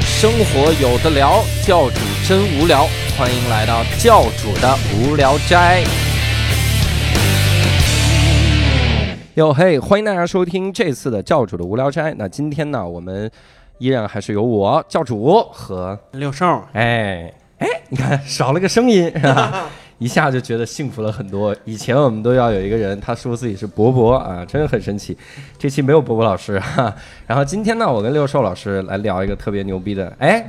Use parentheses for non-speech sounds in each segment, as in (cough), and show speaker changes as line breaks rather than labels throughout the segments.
生活有的聊，教主真无聊，欢迎来到教主的无聊斋。哟嘿，欢迎大家收听这次的教主的无聊斋。那今天呢，我们依然还是由我教主和
六兽，
哎哎，你看少了个声音，是吧一下就觉得幸福了很多。以前我们都要有一个人，他说自己是博博啊，真的很神奇。这期没有博博老师哈、然后今天呢，我跟六兽老师来聊一个特别牛逼的，哎，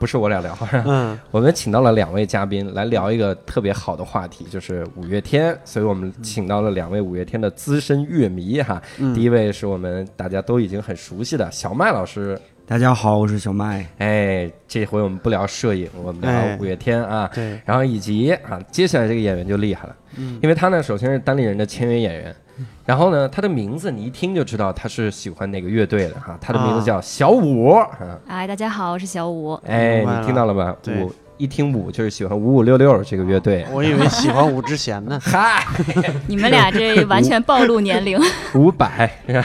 不是我俩聊，
嗯，
我们请到了两位嘉宾来聊一个特别好的话题，就是五月天。所以我们请到了两位五月天的资深乐迷哈。第一位是我们大家都已经很熟悉的小麦老师，
大家好，我是小麦。
哎，这回我们不聊摄影，我们
哎
聊五月天啊。
对，嗯
然后以及啊，接下来这个演员就厉害了，因为他呢首先是单立人的签约演员，然后呢他的名字你一听就知道他是喜欢哪个乐队的哈、他的名字
啊
叫小五啊，
哎，大家好，我是小五。
哎，
明白
你听到了吧？
对
五一听五就是喜欢五五六六这个乐队，，
我以为喜欢五之贤呢
嗨，
(laughs) 你们俩这完全暴露年龄。
五百， (laughs)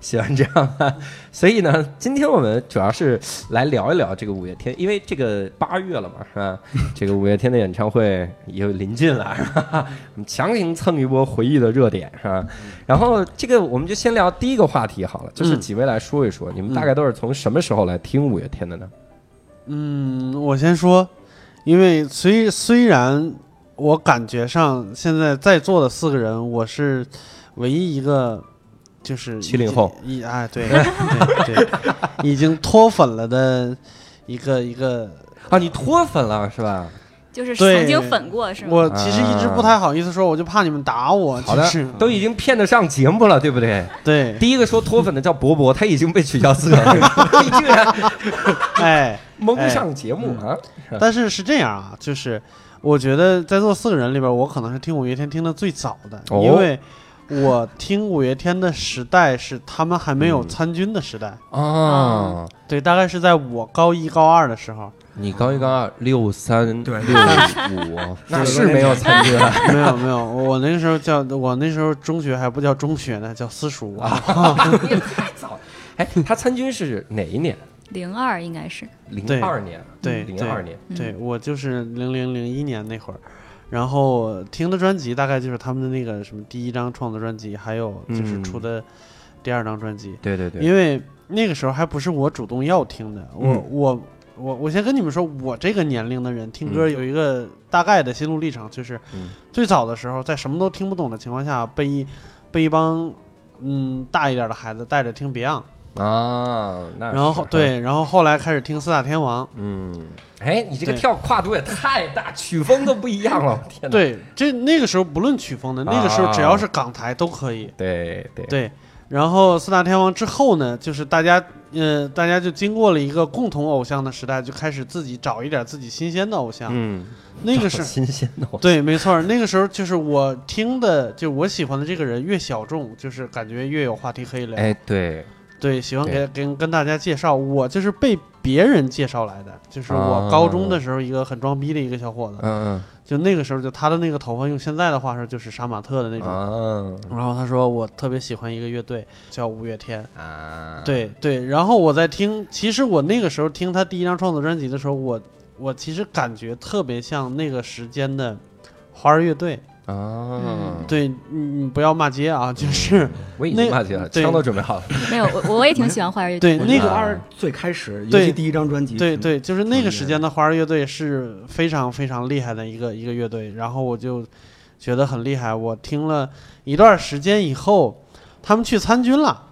喜欢这样吧？所以呢，今天我们主要是来聊一聊这个五月天，因为这个八月了嘛，是 (laughs) 吧？这个五月天的演唱会也临近了，是吧？我们强行蹭一波回忆的热点，是吧？然后这个我们就先聊第一个话题好了，就是几位来说一说，你们大概都是从什么时候来听五月天的呢？
(laughs) 嗯，我先说，因为虽虽然我感觉上现在在座的四个人，我是唯一一个就是
七零后
已经已哎对对对，已经脱粉了的一个一个，
啊，你脱粉了是吧？
(laughs) 就是
对
曾经粉过是吗？
我其实一直不太好意思说，我就怕你们打我，
好的
其实，
都已经骗得上节目了，对不 (laughs) 对？
对，
第一个说脱粉的叫博博，他已经被取消资格 (laughs) 了，你居然
哎。
蒙
哎
上节目啊！
但是是这样啊，就是我觉得在座四个人里边，我可能是听五月天听的最早的，
哦
因为我听五月天的时代是他们还没有参军的时代，
啊，
嗯对，大概是在我高一高二的时候，
你高一高二六三
对
六五， (laughs) 那是没有参军 (laughs) 啊。
(laughs) 没有没有，我那时候叫我那时候中学还不叫中学呢，叫私塾啊，
太早了。哎，他参军是哪一年？
零二应该是，
零二年，啊
对
零
对
二年。
嗯
对我就是零零零一年那会儿。然后听的专辑大概就是他们的那个什么第一张创作专辑，还有就是
嗯
出的第二张专辑，
对对对，
因为那个时候还不是我主动要听的，我、
嗯
我我我先跟你们说，我这个年龄的人听歌
嗯
有一个大概的心路历程，就是
嗯
最早的时候，在什么都听不懂的情况下，被一被一帮嗯大一点的孩子带着听 Beyond，
啊，那是
然后，对，然后后来开始听四大天王，
嗯，哎，你这个
对
跳跨度也太大，曲风都不一样了，我天哪！
对，这那个时候不论曲风的，那个时候只
啊
要是港台都可以，
对对
对，然后四大天王之后呢，就是大家，呃，大家就经过了一个共同偶像的时代，就开始自己找一点自己新鲜的偶像。
嗯，
那个
好
是，
新鲜哦的，
对，没错儿，那个时候就是我听的，就我喜欢的这个人越小众，就是感觉越有话题可以聊。
哎，对，
对，喜欢给跟跟大家介绍，我就是被别人介绍来的，就是
哦
我高中的时候一个很装逼的一个小伙子，
嗯
就那个时候就他的那个头发，用现在的话说就是杀马特的那
嗯
种。
啊
然后他说我特别喜欢一个乐队叫五月天。
啊，
对对，然后我在听，其实我那个时候听他第一张创作专辑的时候，我我其实感觉特别像那个时间的花儿乐队。
啊，
嗯对，你你不要骂街啊，就是
我已经
那
骂街了，
对
枪都准备好了。
没有，我我也挺喜欢花儿乐
(laughs)
队。
对那
个
花儿最开始，尤
对
其第一张专辑，
对，对，就是那个
嗯
时间的花儿乐队是非常非常厉害的一个一个乐队，然后我就觉得很厉害。我听了一段时间以后，他们去参军了。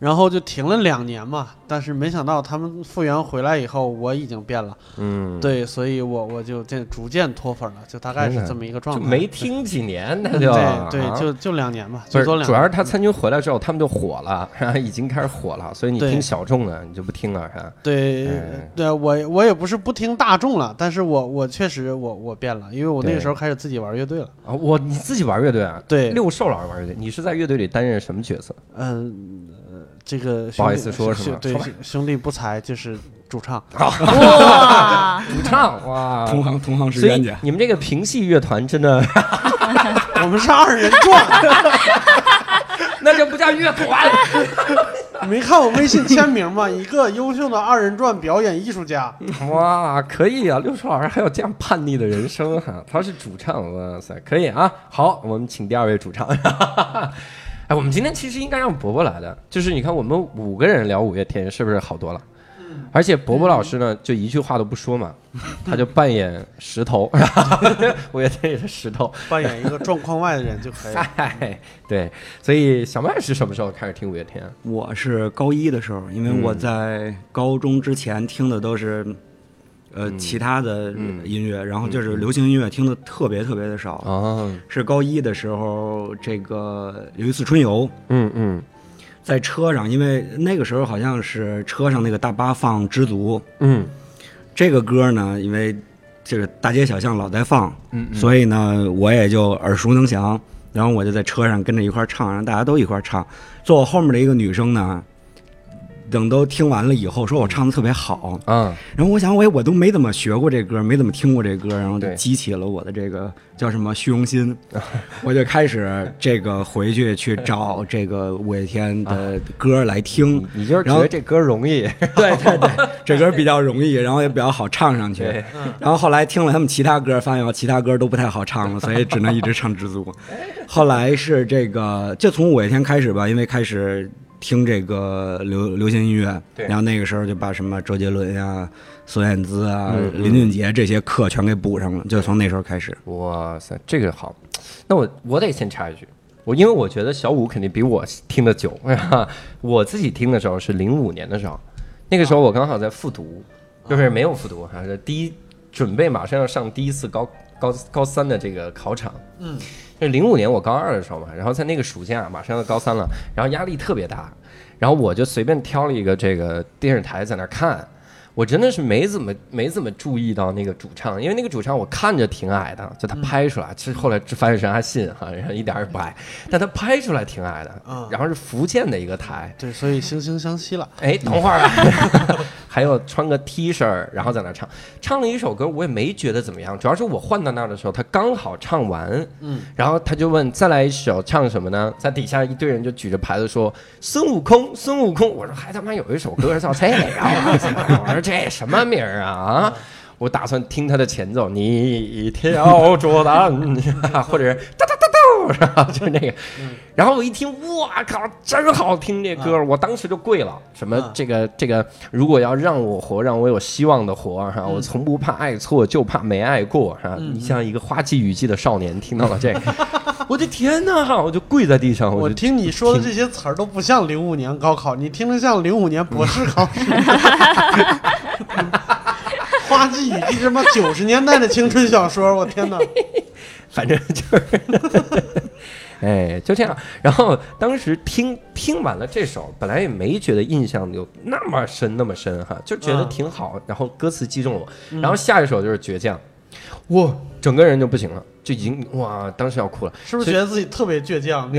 然后就停了两年嘛，但是没想到他们复员回来以后，我已经变了。
嗯，
对，所以我我就这逐渐脱粉了，就大概
天
是
哪
这么一个状
就
态。
没听几年，那
对
就啊
对，就就两年吧，
不
最
是
多，两年。
主要是他参军回来之后，他们就火了，然后已经开始火了，所以你
对
听小众的你就不听了，是吧？
对
哎
对，我我也不是不听大众了，但是我我确实我我变了，因为我那
对
个时候开始自己玩乐队了。
啊，我你自己玩乐队啊？
对
六兽老师玩乐队，你是在乐队里担任什么角色？
嗯，呃这个
不好意
兄弟
思说
兄
是吗
对
说吧
兄兄弟不才就是主唱。 (laughs)
哇，
啊 (laughs) 主唱哇，
同行同行是
所
冤
以
家。
你们这个平戏乐团真的， (laughs)
我们是二人转，
那就不叫乐团，
你没看我微信签名吗？一个优秀的二人转表演艺术家，
哇，可以啊！六叔老师还有这样叛逆的人生哈、他是主唱，哇塞，可以啊！好，我们请第二位主唱。 (laughs) 哎，我们今天其实应该让伯伯来的，就是你看我们五个人聊五月天，是不是好多了？而且伯伯老师呢，就一句话都不说嘛，他就扮演石头， (laughs) 五月天也是石头。
扮演一个状况外的人就可以了。
嗨，对，所以小麦是什么时候开始听五月天啊？
我是高一的时候，因为我在高中之前听的都是，呃，其他的
嗯
音乐，然后就是流行音乐听的特别特别的少。
哦，
是高一的时候，这个有一次春游，
嗯嗯
在车上，因为那个时候好像是车上那个大巴放《知足》
嗯
这个歌呢，因为这个大街小巷老在放，
嗯嗯
所以呢，我也就耳熟能详。然后我就在车上跟着一块儿唱，然后大家都一块儿唱。坐我后面的一个女生呢，等都听完了以后，说我唱的特别好。
啊，
然后我想，我也我都没怎么学过这歌，没怎么听过这歌，然后就
对
激起了我的这个叫什么虚
(laughs)
荣心，我就开始这个回去去找这个五月天
啊
的歌来听
你。你就是觉
然后
得这歌容易，
对对对，这歌比较容易，然后也比较好唱上
嗯
去。
(laughs) 对
然后后来听了他们其他歌，发现我哦其他歌都不太好唱了，所以只能一直唱《知足》。后来是这个，就从五月天开始吧，因为开始听这个流流行音乐，
对
然后那个时候就把什么周杰伦呀、孙燕姿啊、
嗯嗯
林俊杰这些课全给补上了，就从那时候开始。
哇塞，这个好。那我我得先插一句，我因为我觉得小五肯定比我听的久， (laughs) 我自己听的时候是零五年的时候，那个时候我刚好在复读，就是没有复读，还是第一准备马上要上第一次高高高三的这个考场。
嗯，
就是零五年我高二的时候嘛，然后在那个暑假马上要高三了，然后压力特别大，然后我就随便挑了一个这个电视台在那儿看。我真的是没怎么没怎么注意到那个主唱，因为那个主唱我看着挺矮的，就他拍出来，其实后来这翻神还信哈，然后一点儿也不矮，但他拍出来挺矮的
嗯，
然后是福建的一个台，
对，所以惺惺相惜了。
哎，等会儿啊，还有穿个 T 恤儿，然后在那唱，唱了一首歌，我也没觉得怎么样，主要是我换到那儿的时候，他刚好唱完，
嗯，
然后他就问再来一首，唱什么呢？在底下一堆人就举着牌子说孙悟空，孙悟空，我说还他妈有一首歌叫这个啊，我说这什么名儿啊啊？我打算听他的前奏，你挑着担， (laughs) 或者是哒哒哒哒，然后就是那个，然后我一听，哇靠，真好听这歌！我当时就跪了。什么
啊
这个这个，如果要让我活，让我有希望的活哈、我从不怕爱错，就怕没爱过哈、你像一个花季雨季的少年，听到了这个，我的天哪！我就跪在地上，
我
就
听你说的这些词儿都不像零五年高考，你听着像零五年博士考试。 (laughs) 花季雨季，这妈九十年代的青春小说，我天哪！
反正就是， (laughs) 哎，就这样。然后当时听听完了这首，本来也没觉得印象有那么深那么深哈，就觉得
嗯
挺好。然后歌词击中了我，然后下一首就是《倔强》，哇，整个人就不行了，就已经哇，当时要哭了。
是不是觉得自己特别倔强？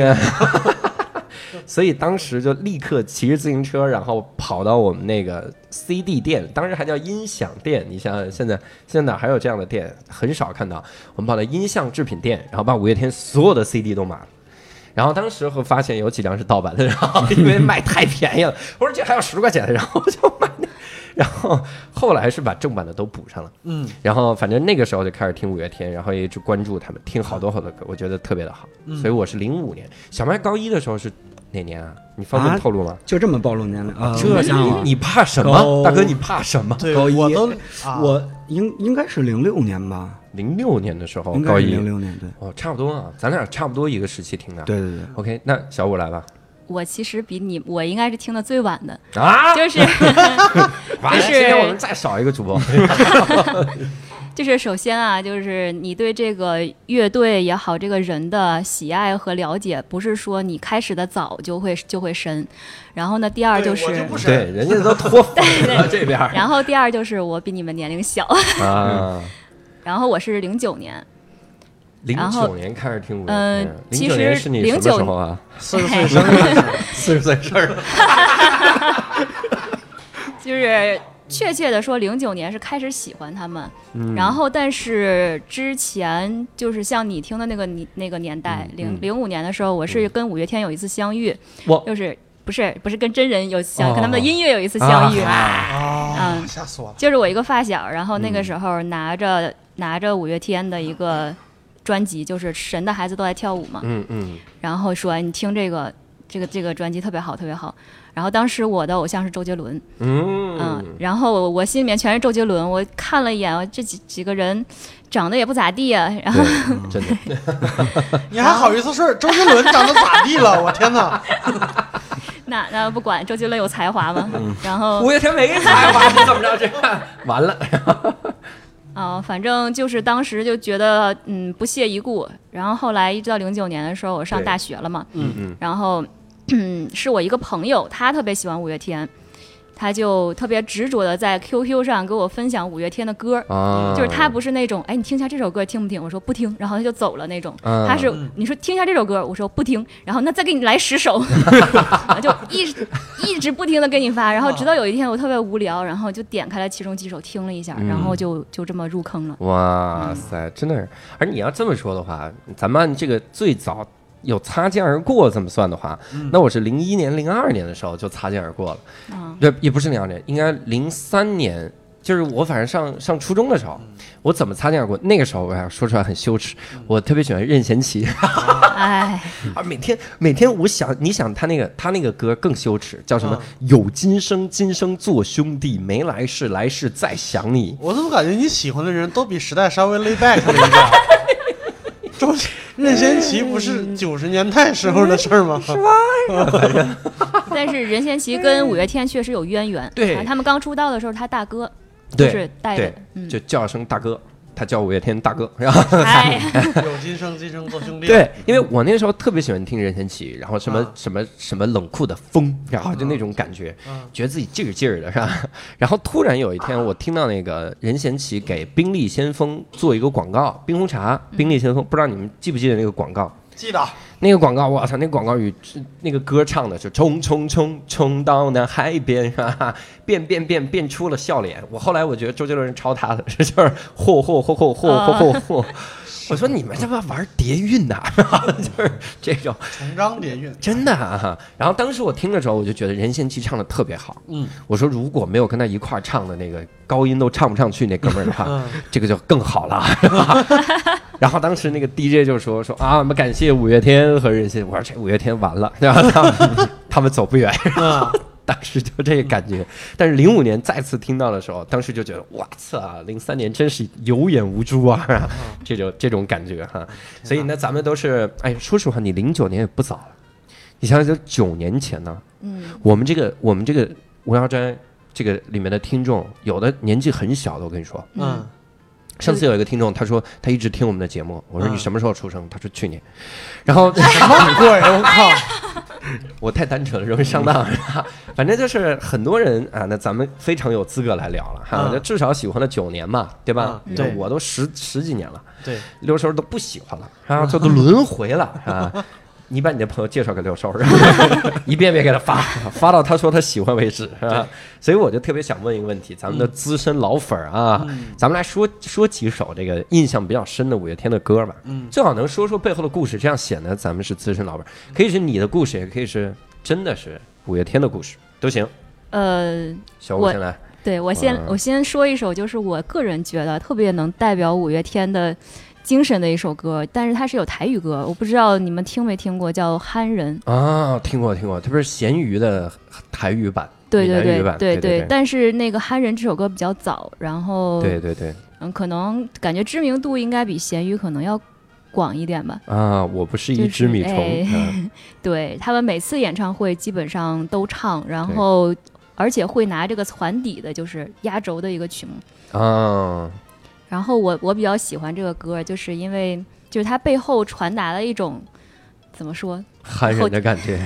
所以当时就立刻骑着自行车，然后跑到我们那个 CD 店，当时还叫音响店。你想想，现在现在哪还有这样的店？很少看到。我们跑到音像制品店，然后把五月天所有的 CD 都买了。然后当时会发现有几张是盗版的，然后因为卖太便宜了，我说这还有十块钱，然后就买那，然后后来是把正版的都补上了。
嗯，
然后反正那个时候就开始听五月天，然后也一直关注他们，听好多好多歌，我觉得特别的好。
嗯
所以我是零五年，小麦高一的时候是哪年啊？你方便
啊
透露吗？
就这么暴露年龄啊！
这
我想想啊
你怕什么？
高
大哥，你怕什么？
对，
高一
我都啊
我应应该是零六年吧，
零六年的时候
应该
哦高
是
一
零，六年，对
哦，差不多啊，咱俩差不多一个时期听的。
对对对。
，OK，那小五来吧。
我其实比你，我应该是听的最晚的，
啊，
就是 (laughs)
完了，
就是
今天我们再少一个主播。
就是首先啊，就是你对这个乐队也好，这个人的喜爱和了解，不是说你开始的早就会就会深。然后呢，第二
对
是
我，就不是
对，人家都脱粉了这边儿
然后第二就是我比你们年龄小， (laughs)
啊。
然后我是零九年，
零
然后
九年开始听五月
呃
天，零
其
九
实
年是你什么时候
(laughs)
啊？
四十岁生日，
四十岁生日。
就是确切的说，零九年是开始喜欢他们，
嗯
然后但是之前就是像你
嗯
听的那个你那个年代，零零五年的时候，我是跟五月天有一次相遇，
我
就是不是不是跟真人有相，跟他们的
哦
音乐有一次相遇
啊嗯
啊，
嗯
吓死我了！
(laughs) 就是我一个发小，然后那个时候拿着、拿着五月天的一个专辑，就是《神的孩子都爱跳舞》嘛，
嗯嗯，
然后说哎你听这个这个这个专辑特别好，特别好。然后当时我的偶像是周杰伦，
嗯
嗯，然后我我心里面全是周杰伦，我看了一眼这几几个人长得也不咋地呀、然后
对，真
(laughs)
的，
你还好意思说周杰伦长得咋地了？我天哪！
那那不管周杰伦有才华嘛，
嗯
然后
五月天没才华，你怎么着这样？完了，
啊、反正就是当时就觉得嗯不屑一顾，然后后来一直到零九年的时候，我上
对
大学了嘛，
嗯嗯，
然后嗯是我一个朋友，他特别喜欢五月天，他就特别执着的在 QQ 上给我分享五月天的歌儿。
啊，
就是他不是那种，哎，你听一下这首歌听不听？我说不听，然后他就走了那种。
嗯
他是你说听一下这首歌，我说不听，然后那再给你来十首， (laughs) 就一直一直不停的给你发，然后直到有一天我特别无聊，然后就点开了其中几首听了一下，然
嗯
后就就这么入坑了。
哇塞，真的是！而你要这么说的话，咱们按这个最早有擦肩而过这么算的话，
嗯
那我是零一年、零二年的时候就擦肩而过了。
啊，
对，也不是零二年，应该零三年，就是我反正上上初中的时候，我怎么擦肩而过？那个时候我要说出来很羞耻，我特别喜欢任贤齐
哎，
啊， (laughs) 每天每天我想，你想他那个他那个歌更羞耻，叫什么？有今生，今生做兄弟；没来世，来世再想你。
我怎么感觉你喜欢的人都比时代稍微 lay back 了一点？周任贤齐不是九十年代时候的事儿吗？
但是任贤齐跟五月天确实有渊源，
对
啊他们刚出道的时候，他大哥就
对
是带
对
的，，嗯，
就叫声大哥，他叫五月天大哥，然后。
哎，
有今生今生做兄弟。
对，因为我那时候特别喜欢听任贤齐，然后什么、
嗯啊
什么什么冷酷的风，然后就那种感觉，
嗯
觉得自己劲儿劲儿的，是吧？ (laughs) 然后突然有一天，我听到那个任贤齐给宾利先锋做一个广告，冰红茶，
嗯
宾利先锋，不知道你们记不记得那个广告？
记得啊
那个广告，我操！那个广告语，那个歌唱的是“冲冲冲冲到那海边”，哈哈，变变变变出了笑脸。我后来我觉得周杰伦是抄他的，是就是嚯嚯嚯嚯嚯嚯嚯嚯。我说你们他妈玩叠韵呐、 (laughs) 就是这种
成章叠韵，
真的啊。然后当时我听的时候，我就觉得任贤齐唱的特别好。
嗯，
我说如果没有跟他一块儿唱的那个高音都唱不上去那哥们儿的话，这个就更好了。然后当时那个 DJ 就说说啊，我们感谢五月天和任贤，我说这五月天完了， (laughs) 然后他们他们走不远。
嗯，
当时就这个感觉，但是零五年再次听到的时候，当时就觉得哇塞，零三年真是有眼无珠啊，这种这种感觉哈、所以呢，咱们都是哎，说实话，你零九年也不早了，你想想，就九年前呢，
嗯，
我们这个我们这个无聊斋这个里面的听众，有的年纪很小的，我跟你说，
嗯，
上次有一个听众，他说他一直听我们的节目，我说
嗯哎
你什么时候出生？他说去年， (laughs) 然后
什么鬼？我靠！
我太单纯了， (laughs) 容易上当。是吧反正就是很多人啊，那咱们非常有资格来聊了哈。
嗯
我觉得至少喜欢了九年嘛，对吧？
嗯
你看
对
我都十十几年了，
(laughs) 对，
六兽都不喜欢了啊，这都轮回 (laughs) 了啊。你把你的朋友介绍给六兽，一遍遍给他 (laughs) 发，发到他说他喜欢为止啊。所以我就特别想问一个问题，咱们的资深老粉儿啊，
嗯
咱们来说说几首这个印象比较深的五月天的歌吧。
嗯
最好能说说背后的故事，这样显得咱们是资深老粉儿。可以是你的故事，也可以是真的是五月天的故事，都行。
呃，
小五
我
先来，
对我先
嗯
我先说一首，就是我个人觉得特别能代表五月天的精神的一首歌，但是它是有台语歌，我不知道你们听没听过，叫《憨人》。
啊，听过听过，特别是咸鱼的台语版，
对对
闽南语
对
版
对
对对对
但是那个《憨人》这首歌比较早，然后
对对对
嗯，可能感觉知名度应该比咸鱼可能要广一点吧。
啊，我不是一
就
只
是
米虫。
哎
嗯
对他们每次演唱会基本上都唱，然后而且会拿这个船底的，就是压轴的一个曲目。
啊，
然后我我比较喜欢这个歌，就是因为就是它背后传达了一种怎么说，
憨人的感觉， (laughs)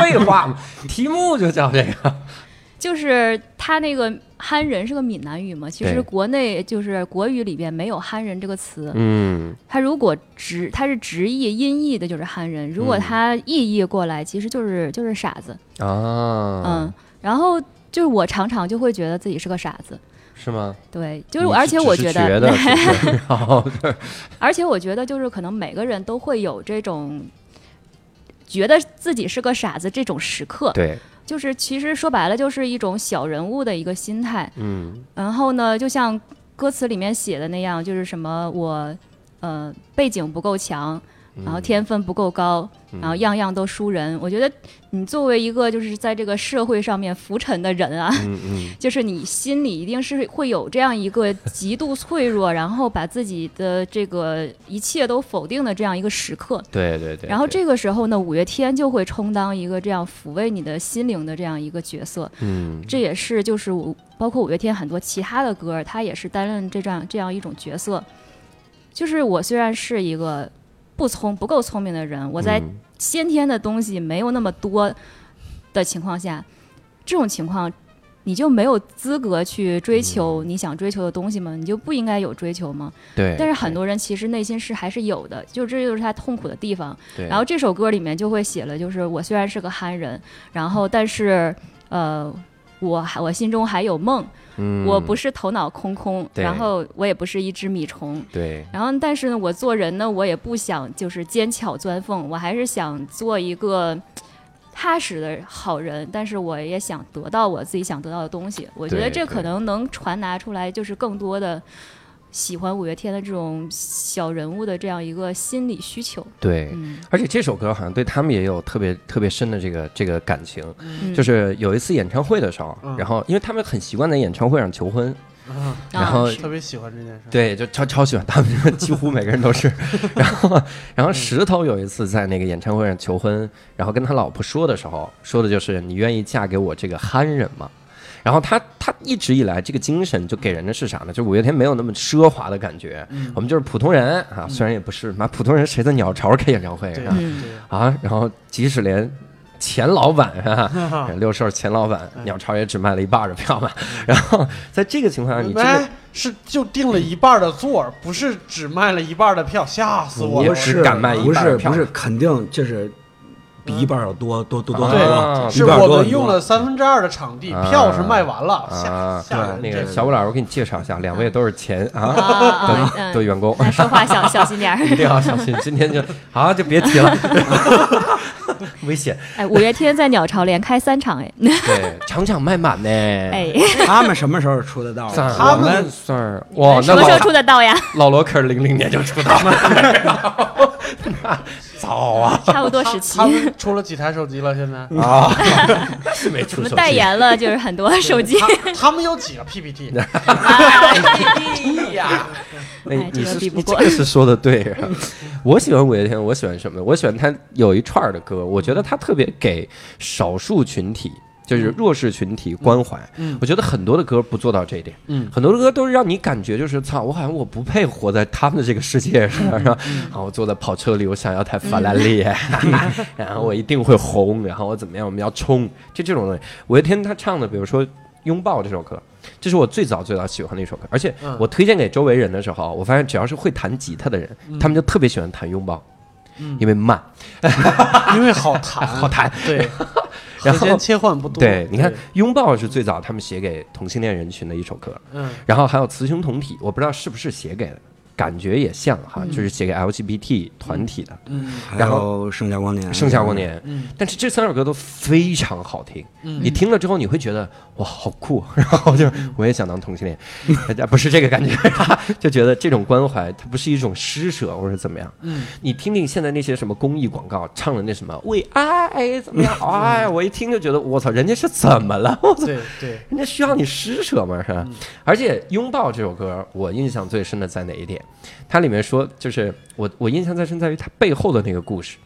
废话嘛，题目就叫这个。
就是它那个憨人是个闽南语嘛，其
对
实国内就是国语里边没有憨人这个词，
嗯，
它如果直它是直译音译的就是憨人，如果
嗯
它意译过来，其实就是就是傻子，
啊，
嗯，然后就是我常常就会觉得自己是个傻子。
是吗？
对，就是而且我
只
觉
是
得，
觉得，只是
(laughs)
然后就是
而且我觉得就是可能每个人都会有这种觉得自己是个傻子这种时刻，
对，
就是其实说白了就是一种小人物的一个心态。
嗯，
然后呢，就像歌词里面写的那样，就是什么我呃背景不够强，
嗯
然后天分不够高，然后样样都输人。我觉得你作为一个就是在这个社会上面浮沉的人啊，
嗯嗯，
就是你心里一定是会有这样一个极度脆弱， (laughs) 然后把自己的这个一切都否定的这样一个时刻。
对对对。
然后
对，
这个时候呢，五月天就会充当一个这样抚慰你的心灵的这样一个角色。
嗯，
这也是就是我包括五月天很多其他的歌，他也是担任这样这样一种角色。就是我虽然是一个不聪不够聪明的人，我在
嗯
先天的东西没有那么多的情况下，这种情况你就没有资格去追求你想追求的东西吗？你就不应该有追求吗？
嗯对，
但是很多人其实内心是还是有的，就这就是他痛苦的地方。
对，
然后这首歌里面就会写了，就是我虽然是个憨人，然后但是呃，我还我心中还有梦，
嗯
我不是头脑空空，
对
然后我也不是一只米虫。
对，
然后，但是呢，我做人呢，我也不想就是奸巧钻缝，我还是想做一个踏实的好人。但是，我也想得到我自己想得到的东西。我觉得
对
这
对
可能能传达出来，就是更多的喜欢五月天的这种小人物的这样一个心理需求。
对，
嗯，
而且这首歌好像对他们也有特别特别深的这个这个感情，
嗯
就是有一次演唱会的时候，
嗯
然后因为他们很习惯在演唱会上求婚，
啊，
然
啊
后
是
特别喜欢这件事。，
对，就超超喜欢他们， (laughs) 几乎每个人都是。然后， (laughs) 然后石头有一次在那个演唱会上求婚，然后跟他老婆说的时候，说的就是你愿意嫁给我这个憨人吗？然后他他一直以来这个精神就给人的是啥呢？就五月天没有那么奢华的感觉，我们就是普通人啊，虽然也不是，妈普通人谁在鸟巢开演唱会
对
啊？
嗯
对
啊，然后即使连钱老板啊，六兽钱老板，鸟巢也只卖了一半的票嘛。 (laughs) 然后在这个情况下，你这个
哎，是就定了一半的座儿，不是只卖了一半的票，吓死
嗯
我
也
了！
不
只
是
敢卖一
不
半
是
的票
不是，肯定就是比一半要多多多多
啊
多
对
多，
是
一半
我
多很
们
多
用了三分之二的场地，
啊
票是卖完了，吓
啊，
吓人！
那
这
个小武老师，我给你介绍一下，两位都是钱啊
啊
(laughs)
啊
的的
嗯，
员
(laughs)
工，
那说话小小心点儿。
(laughs) 一定要小心，今天就啊就别提了， (laughs) 危险，
哎，五月天在鸟巢连开三场，哎，
对，场场卖满呢，
哎，
他们什么时候出
(laughs)
的道？
算儿，
他
我
们
们算儿，哇，
什
哦那
么时
老
候出的
(laughs)
道呀？
老罗可是零零年就出道了， (laughs) 早啊
差不多时期
他。们出了几台手机了？
(laughs)
现在
啊，是没
我
出
们
手
代
机。
言了，就是很多手机。
他他们有几个 PPT？
(laughs)
哎
那
哎这
你
个
是
比不
你这
过嗯
个是说的对、啊。 (laughs) 我喜欢五月天，我喜欢什么？我喜欢他有一串儿的歌，我觉得他特别给少数群体。就是
嗯
弱势群体关怀，
嗯
我觉得很多的歌不做到这一点，
嗯
很多的歌都是让你感觉就是操，我好像我不配活在他们的这个世界上，
嗯
是吧？啊，我坐在跑车里，我想要台法拉利， (laughs) 然后我一定会红，然后我怎么样，我们要冲，就这种东西。五月天他唱的，比如说《拥抱》这首歌，这是我最早最早喜欢的一首歌，而且
嗯
我推荐给周围人的时候，我发现只要是会弹吉他的人，他们就特别喜欢弹拥抱，因为慢
因为好谈，
好弹。
对，
(laughs) 然
时
后
间切换不多。
对，你看，《拥抱》是最早他们写给同性恋人群的一首歌，
嗯
然后还有《雌雄同体》，我不知道是不是写给的，感觉也像哈，就是写给 LGBT 团体的
嗯
然后盛夏光年，
《盛夏光年》。
嗯，
但是这三首歌都非常好听，
嗯
你听了之后你会觉得哇好酷，啊
(laughs)
然后就是我也想当同性恋，呃 (laughs) 不是这个感觉，
嗯
(laughs) 就觉得这种关怀它不是一种施舍或者怎么样。
嗯，
你听听现在那些什么公益广告唱的那什么为爱怎么
(laughs)
样，哎，我一听就觉得我操，人家是怎么了？我操，
对对，
人家需要你施舍嘛，是吧？而且《拥抱》这首歌，我印象最深的在哪一点？它里面说，就是我我印象最深在于它背后的那个故事，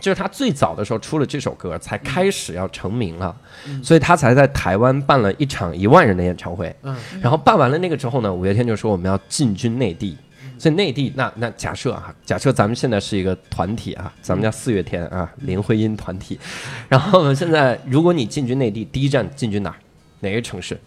就是他最早的时候出了这首歌，才开始要成名了，所以他才在台湾办了一场一万人的演唱会。
嗯
然后办完了那个之后呢，五月天就说我们要进军内地。所以内地那那假设啊，假设咱们现在是一个团体啊，咱们叫四月天啊，林徽因团体。然后现在如果你进军内地，第一站进军哪儿？哪个城市？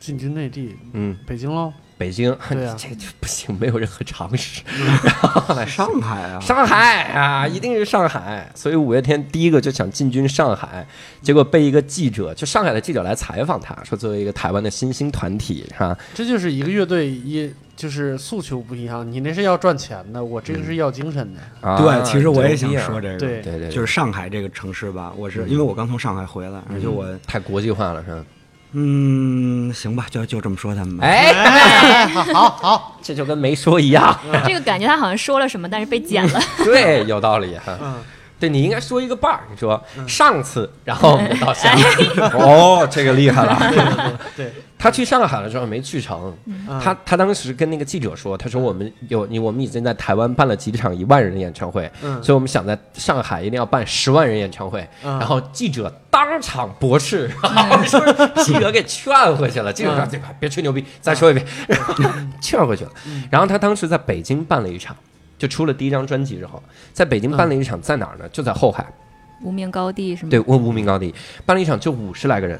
进军内地，
嗯，
北京喽。
北京，
对
(laughs)
啊
这就不行，没有任何常识。然后后来
上海啊，
上海啊，一定是上海。所以五月天第一个就想进军上海，结果被一个记者，就上海的记者来采访他，说作为一个台湾的新兴团体，哈、
这就是一个乐队一就是诉求不一样，你那是要赚钱的，我这个
嗯
是要精神的。
啊
对，其实我也想说
这，
这个，
对
啊对对，
就是上海这个城市吧，我是
嗯
因为我刚从上海回来，而且我
太国际化了，是吧？
嗯，行吧，就就这么说他们 (laughs) 吧。
哎，
哎，好好好，
(laughs) 这就跟没说一样。
嗯
这个感觉他好像说了什么，但是被剪了。
对，有道理哈。
嗯，
对你应该说一个伴儿，你说
嗯
上次，然后我们到下次。
(laughs)
哦，这个厉害了。
对，
他去上海的时候没去成，
嗯
他他当时跟那个记者说，他说我们有你，我们已经在台湾办了几场一万人的演唱会，
嗯
所以我们想在上海一定要办十万人演唱会。
嗯
然后记者当场驳斥，然后就是记者给劝回去了。
嗯
记者说：“这别吹牛逼，再说一遍。”然后劝回去了。
嗯
然后他当时在北京办了一场，就出了第一张专辑之后，在北京办了一场，在哪儿呢？就在后海。
(laughs) 无名高地
嗯
是吗？
对，无无名高地办了一场，就五十来个人，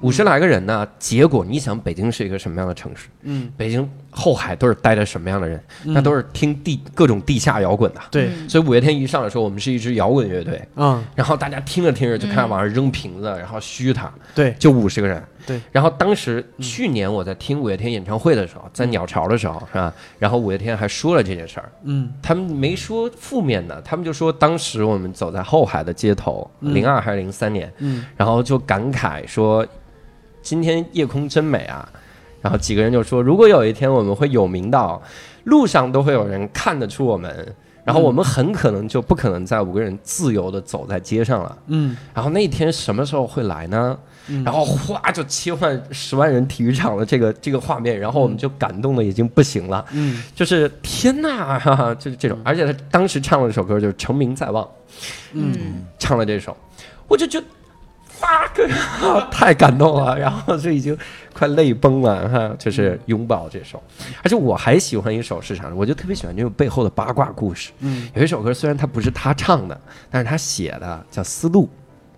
五十来个人呢。结果你想，北京是一个什么样的城市？
嗯，
北京后海都是待着什么样的人？那都是听地各种地下摇滚的。
嗯对，
所以五月天一上来说，我们是一支摇滚乐队。
嗯，
然后大家听着听着就开始往上扔瓶子，然后虚他，
对，
就五十个人。
对，嗯
然后当时去年我在听五月天演唱会的时候，在鸟巢的时候是吧？然后五月天还说了这件事儿，
嗯
他们没说负面的，他们就说当时我们走在后海的街头，
嗯
零二还是零三年，
嗯
然后就感慨说，今天夜空真美啊。然后几个人就说，如果有一天我们会有名到路上都会有人看得出我们，然后我们很可能就不可能再五个人自由的走在街上了。
嗯
然后那一天什么时候会来呢？
嗯
然后哗就切换十万人体育场的这个这个画面，然后我们就感动的已经不行了，
嗯，
就是天呐，哈哈，就是这种。而且他当时唱了一首歌，就是《成名在望》，
嗯，
唱了这首，我就觉得。fuck，太 (laughs) 感动了，然后就已经快泪崩了哈，就是拥抱这首，而且我还喜欢一首是啥呢？我就特别喜欢这种背后的八卦故事。
嗯
有一首歌虽然它不是他唱的，但是他写的叫《思路》，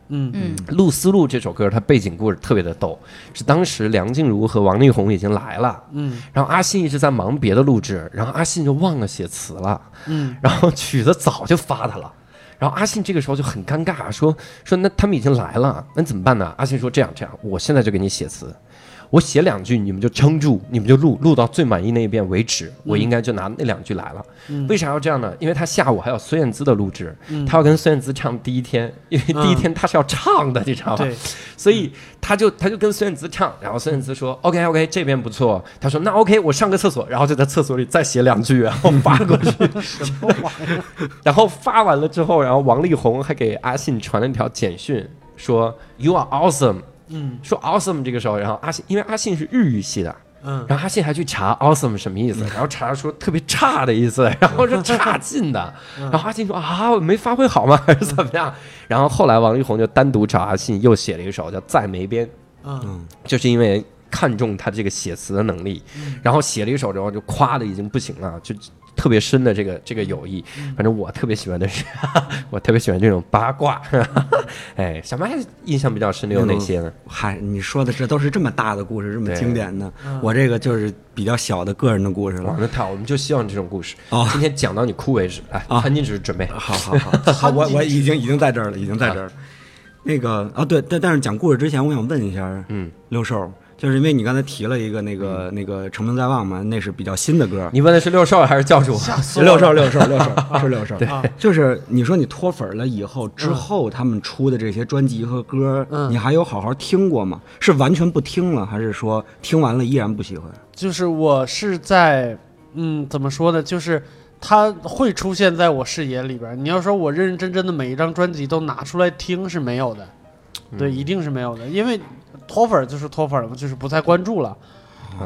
嗯嗯
嗯
《露丝路》这首歌，它背景故事特别的逗，是当时梁静茹和王力宏已经来了，
嗯
然后阿信一直在忙别的录制，然后阿信就忘了写词了，
嗯
(laughs) 然后曲子早就发他了。然后阿信这个时候就很尴尬，说说那他们已经来了，那怎么办呢？阿信说这样这样，我现在就给你写词，我写两句，你们就撑住，你们就录，录到最满意那一遍为止，我应该就拿那两句来了。
嗯
为啥要这样呢？因为他下午还有孙燕姿的录制，
嗯
他要跟孙燕姿唱第一天，因为第一天他是要唱的，你知道吧？
对，
所以他就他就跟孙燕姿唱，然后孙燕姿说
嗯
OK OK 这边不错，他说那 OK 我上个厕所，然后就在厕所里再写两句，然后发过去，
(laughs)
然后发完了之后，然后王力宏还给阿信传了一条简讯说 You are awesome，
嗯
说 awesome 这个时候，然后阿信因为阿信是日语系的，
嗯
然后阿信还去查 awesome 什么意思，然后查出特别差的意
(laughs)
思，然后是差劲的。
嗯
然后阿信说啊，我没发挥好吗？还是怎么样？然后后来王力宏就单独找阿信又写了一首叫《在梅边》，
嗯
就是因为看中他这个写词的能力，
嗯
然后写了一首之后就夸的已经不行了，就特别深的这个这个友谊。
嗯
反正我特别喜欢的是， (laughs) 我特别喜欢这种八卦。 (laughs) 哎，小麦印象比较深的有哪些呢？
嗨，你说的这都是这么大的故事，这么
对嗯
经典的，我这个就是比较小的个人的故事
哇
了，。
那太好，我们就希望这种故事。
嗯哦
今天讲到你哭为止，来，潘金只准备。
好好好， (laughs) 好，我我已经已经在这儿了，已经在这儿了。那个啊，对，但但是讲故事之前，我想问一下，
嗯，
六兽，就是因为你刚才提了一个那个那个《成名在望》嘛，那是比较新的歌，
你问的是六兽还是教主？
死我了
(laughs) 六兽六兽六兽是六兽，
啊
就是你说你脱粉了以后，之后他们出的这些专辑和歌，
嗯
你还有好好听过吗？是完全不听了，还是说听完了依然不喜欢？
就是我是在，嗯，怎么说呢？就是它会出现在我视野里边儿。你要说我认认真真的每一张专辑都拿出来听是没有的，对，一定是没有的，因为脱粉儿就是脱粉儿嘛，就是不太关注了。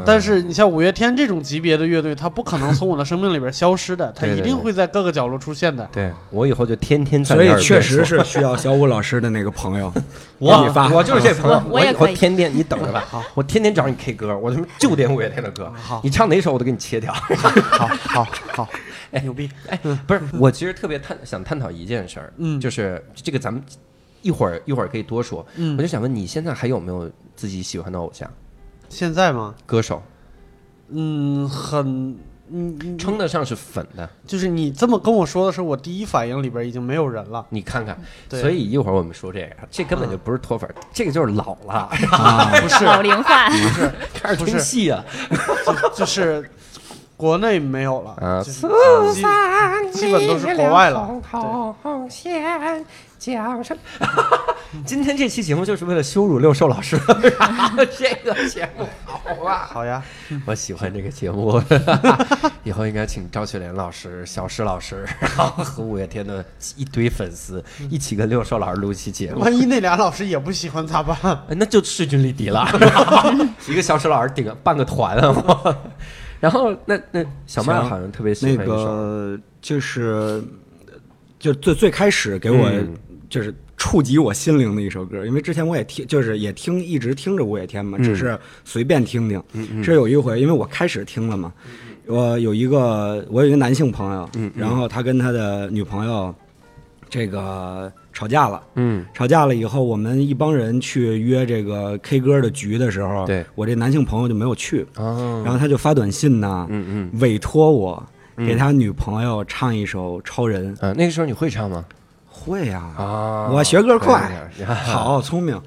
但是你像五月天这种级别的乐队，它不可能从我的生命里边儿消失的，它
对对
一定
对
会在各个角落出现的。
对我以后就天天在
所
那
以
儿
确实是需要小武老师的那个朋友给你
我
发，
我就是这朋友，
我我也
以后
可以 (laughs)
天天你等着吧，我天天找你 K 歌，我他妈就点五月天的歌，你唱哪首我都给你切掉。
好，好，好，牛 (laughs) 逼！
哎， (laughs) 不是，我其实特别探想探讨一件事儿，
嗯
就是这个咱们一会儿一会儿可以多说，
嗯
我就想问你现在还有没有自己喜欢的偶像
现在嘛，
歌手？
嗯，很，嗯，嗯
称得上是粉的，
就是你这么跟我说的时候，我第一反应里边已经没有人
(laughs)
了。
你看看。
对
所以一会儿我们说这个，这根本就不是脱粉，这个就是老了，
(laughs) 啊，不是，
老龄
(laughs)
化，
不是，
开始
不
听
是
戏啊。
就就是国内没有了，
啊
就是基嗯基本都是国外了。
红线讲什今天这期节目就是为了羞辱六兽老师， (laughs) 然后这个节目好啊！
好呀，
我喜欢这个节 (laughs) 目，以后应该请张雪莲老师、小石老师，然后和五月天的一堆粉丝一起跟六兽老师录期节目。
万一那俩老师也不喜欢咋办？
哎哎那就势均力敌了， (laughs) 一个小石老师顶个半个团啊！我 (laughs) 然后那那小麦
行
好像特别喜欢
那
一首
个就是就最最开始给我
嗯
就是触及我心灵的一首歌，因为之前我也听，就是也听一直听着五月天嘛，
嗯
只是随便听听。这有一回，因为我开始听了嘛，我有一个我有一个男性朋友，
嗯
然后他跟他的女朋友这个吵架了。
嗯
吵架了以后，我们一帮人去约这个 K 歌的局的时候，
对
我这男性朋友就没有去，
哦，
然后他就发短信呢，
嗯嗯。
委托我给他女朋友唱一首《超人》
啊，那个时候你会唱吗？
会呀、
啊
我学歌快，
对对对
好聪明。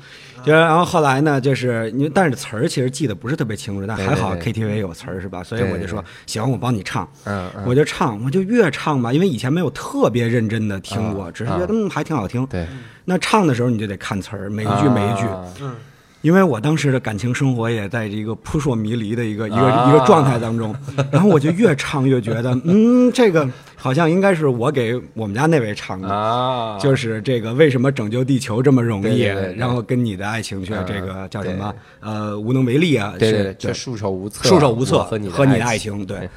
就是然后后来呢，就是因为但是词儿其实记得不是特别清楚，但
对
还好
对
KTV 有词儿是吧？所以
对
我就
对
说行，我帮你唱，
嗯嗯，
我就唱，我就越唱吧，因为以前没有特别认真的听
啊
过，只是觉得
啊
嗯还挺好听。
对，
那唱的时候你就得看词儿，每一句每一句，
啊
嗯，
因为我当时的感情生活也在一个扑朔迷离的一个一个、
啊
一个状态当中，然后我就越唱越
(laughs)
觉得，嗯，这个好像应该是我给我们家那位唱的，
啊，
就是是这个为什么拯救地球这么容易，
对对对对
然后跟你的爱情却
啊
这个叫什么呃无能为力啊，
对对
是
对，却束手无策，
束手无策
我和你
和你的
爱
爱
情，
情，对
对。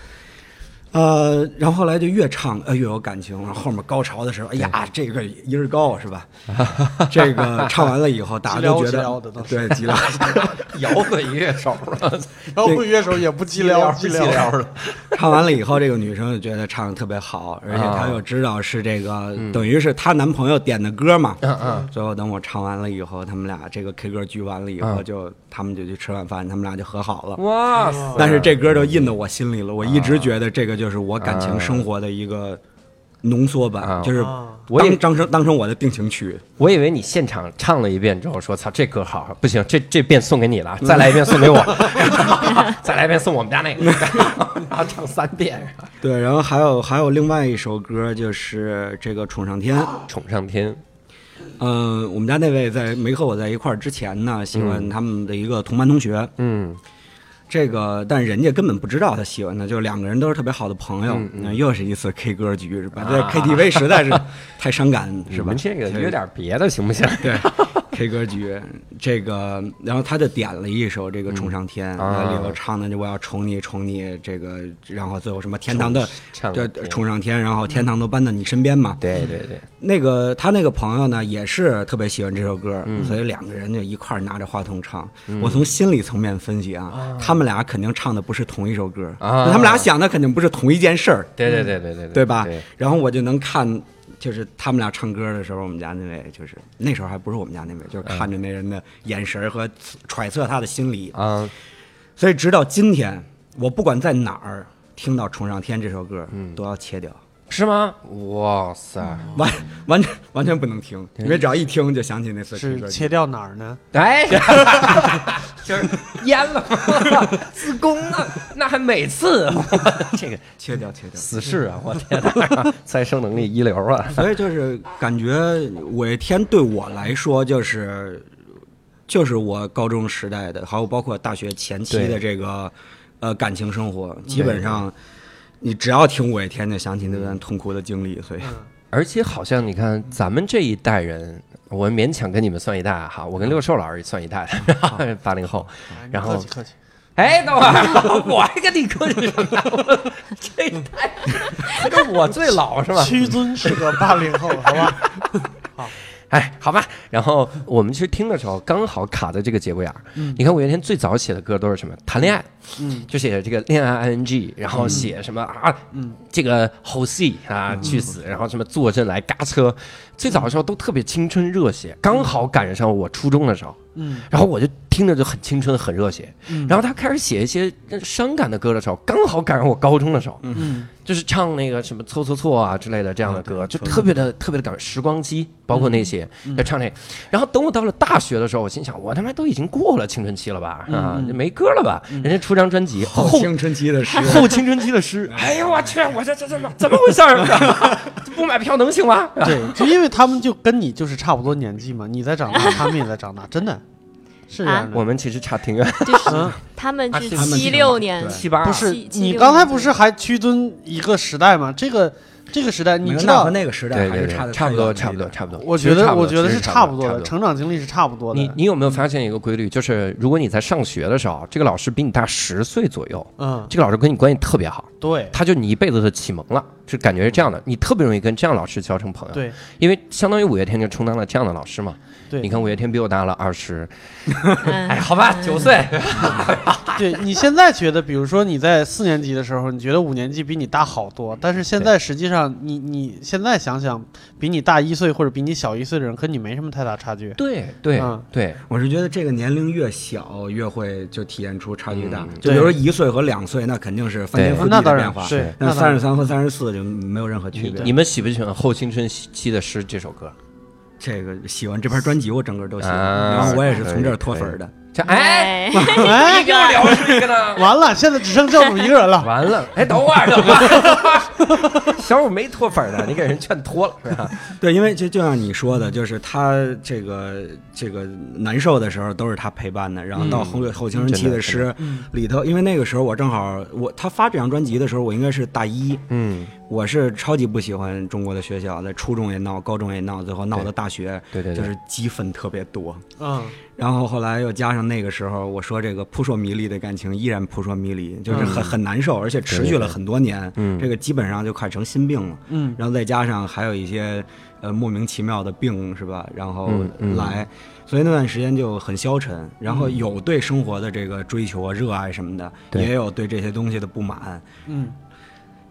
呃，然后后来就越唱，哎，越有感情。然后后面高潮的时候，哎呀，这个一日高啊是吧？ (laughs) 这个唱完了以后，大家都觉
急撩急
得
撩的都
对，急了。
(laughs) 摇滚乐手了，
然后乐手也不
寂
寂
(laughs)
寥
寂
寂
寥
寥。
了，
(laughs) 唱完了以后，这个女生就觉得唱的特别好，而且
啊
她又知道是这个，等于是她男朋友点的歌嘛。
嗯嗯，
最后等我唱完了以后，他们俩这个 K 歌聚完了以后，
嗯
就他们就去吃晚饭，他们俩就和好了。
哇塞，
但是这歌就印到我心里了，我一直觉得这个就是我感情生活的一个浓缩
啊
版，就是
啊
我也
当当成当成我的定情曲。
我以为你现场唱了一遍之后说：“操，这歌好，不行，这这遍送给你了，再来一遍送给我，再来一遍送我们 (laughs) 家那个，然后唱三遍，
对，然后还有还有另外一首歌，就是这个《宠上天》。
宠上天
嗯，我们家那位在没和我在一块儿之前呢，喜欢他们的一个同班同学。
嗯，
这个但人家根本不知道他喜欢他，就是两个人都是特别好的朋友。那又是一次 K 歌局是吧？在 KTV 实在是太伤 (laughs) 感，
你
是吧
们？这个约点别的行不行？
(laughs) 对 K 歌局，这个然后他就点了一首这个《宠上天》，
啊
那里头唱的就我要宠你宠你，这个然后最后什么天堂的
唱
对宠上天，然后天堂都搬到你身边嘛。
对对对，
那个他那个朋友呢，也是特别喜欢这首歌，所以两个人就一块儿拿着话筒唱。我从心理层面分析啊，他们俩肯定唱的不是同一首歌，
啊
他们俩想的肯定不是同一件事儿，
对对对对对
对吧？
对
然后我就能看，就是他们俩唱歌的时候，我们家那位就是那时候还不是我们家那位，就是
嗯
看着那人的眼神儿和呃揣测他的心理。
啊，
所以直到今天，我不管在哪儿听到《宠上天》这首歌，
嗯
都要切掉。
是吗？哇塞！
完完全完全不能听，因为只要一听就想起那次听
(laughs) 是
歌。
切掉哪儿呢？
哎，就是淹了 (laughs) 吗？自宫啊，那还每次 (laughs) 这个
切掉切掉。
死士啊！我天哪， (laughs) 再生能力一流
(laughs)
啊！
所以就是感觉五月天对我来说就是就是我高中时代的，还有包括大学前期
对
的这个呃感情生
嗯
活，基本上你只要听五月天就想起那段痛苦的经历，
嗯
所以
而且好像你看，咱们这一代人，我勉强跟你们算一代哈，我跟六兽老师也算一代， (laughs) 八零后。
哎
然后
客气客气，
哎，等会儿， (laughs) 我还跟你客气什么呀？我这一代，那我啊最老是吧？
屈尊是个八零
(laughs)
后，好吧？
哎，好吧。然后我们去听的时候，刚好卡在这个节骨眼儿。你看五月天最早写的歌都是什么？谈恋爱，
嗯，
就写这个恋爱 ing，然后写什么啊，嗯，这个好戏啊，去死，
嗯
然后什么坐镇来嘎车。最早的时候都特别青春热血，刚好赶上我初中的时候。
嗯
然后我就听着就很青春很热血。
嗯
然后他开始写一些伤感的歌的时候，刚好赶上我高中的时候，
嗯
就是唱那个什么“错错错”啊之类的这样的歌，
啊对
就特别的特别的感时光机，包括那些在唱这。然后等我到了大学的时候，我心想，我他妈都已经过了青春期了吧？啊，
嗯嗯
没歌了吧？人家出张专辑，
好
后
青春期的诗，
后青春期的诗，哎呦我去，我这这怎么怎么回事儿？ (laughs) 不买票能行吗？
对，就因为他们就跟你就是差不多年纪嘛，你在长大，他们也在长大，真的是这样的。
我们其实差挺远，
就是
嗯，
他们
啊
是
他
们
七
是
六年，
对
七八
不是
啊七七
你
六
刚才
年
不是还屈尊一个时代吗？这个这个时代，你
没有
知
那
道
和，那个时代
对
还
对
是
对
差的
差不多差不多。差不多。
我
其
觉
实
得
差不
我
多
觉得
其实
是
差
不
不
多
差
的，
不
成长经历是差不多的。
你你有没有发现一个规律？就是如果你在上学的时候，这个老师比你大十岁左右，
嗯，
这个老师跟你关系特别好，
对
他就你一辈子的启蒙了，是感觉是这样的。你特别容易跟这样的老师交成朋友，
对
因为相当于五月天就充当了这样的老师嘛。
对
你看五月天比我大了二
(laughs)
十，
嗯
哎，好吧，九岁，
对，你现在觉得，比如说你在四年级的时候，你觉得五年级比你大好多，但是现在实际上你你现在想想，比你大一岁或者比你小一岁的人，跟你没什么太大差距。
对对
嗯
对，
我是觉得这个年龄越小，越会就体现出差距大。
嗯
就比如说一岁和两岁，那肯定是翻天
对
覆
哦那
地
当
的
然
变化。
对，
那
那
三十
十
三和三十四就没有任何区
你
别。
你们喜不喜欢《后青春期的诗》这首歌？
这个喜欢这盘专辑，我整个都喜欢，
啊
然后我也是从这儿脱粉儿的。
这哎，，
哎，
这个
聊这个
(laughs)
呢？
完了，现在只剩教主一个
(laughs)
人了。
完了，哎，等会儿，等会儿， (laughs) 小五没脱粉儿呢，你给人劝脱了，是
(laughs)
吧
对，因为就就像你说的，就是他这个这个难受的时候都是他陪伴的，然后到后后青春期的
嗯
诗里头，因为那个时候我正好我他发这张专辑的时候，我应该是大一，
嗯，
我是超级不喜欢中国的学校的，初中也闹，高中也闹，最后闹到大学，
对对
就
对，
是激愤特别多。
嗯，
然后后来又加上那个时候，我说这个扑朔迷离的感情依然扑朔迷离，就是很、很难受，而且持续了很多年，
嗯
这个基本上就快成心病了。
嗯，
然后再加上还有一些呃莫名其妙的病是吧？然后
嗯嗯
来，所以那段时间就很消沉。然后有对生活的这个追求啊、热爱什么的，
对
也有对这些东西的不满。
嗯，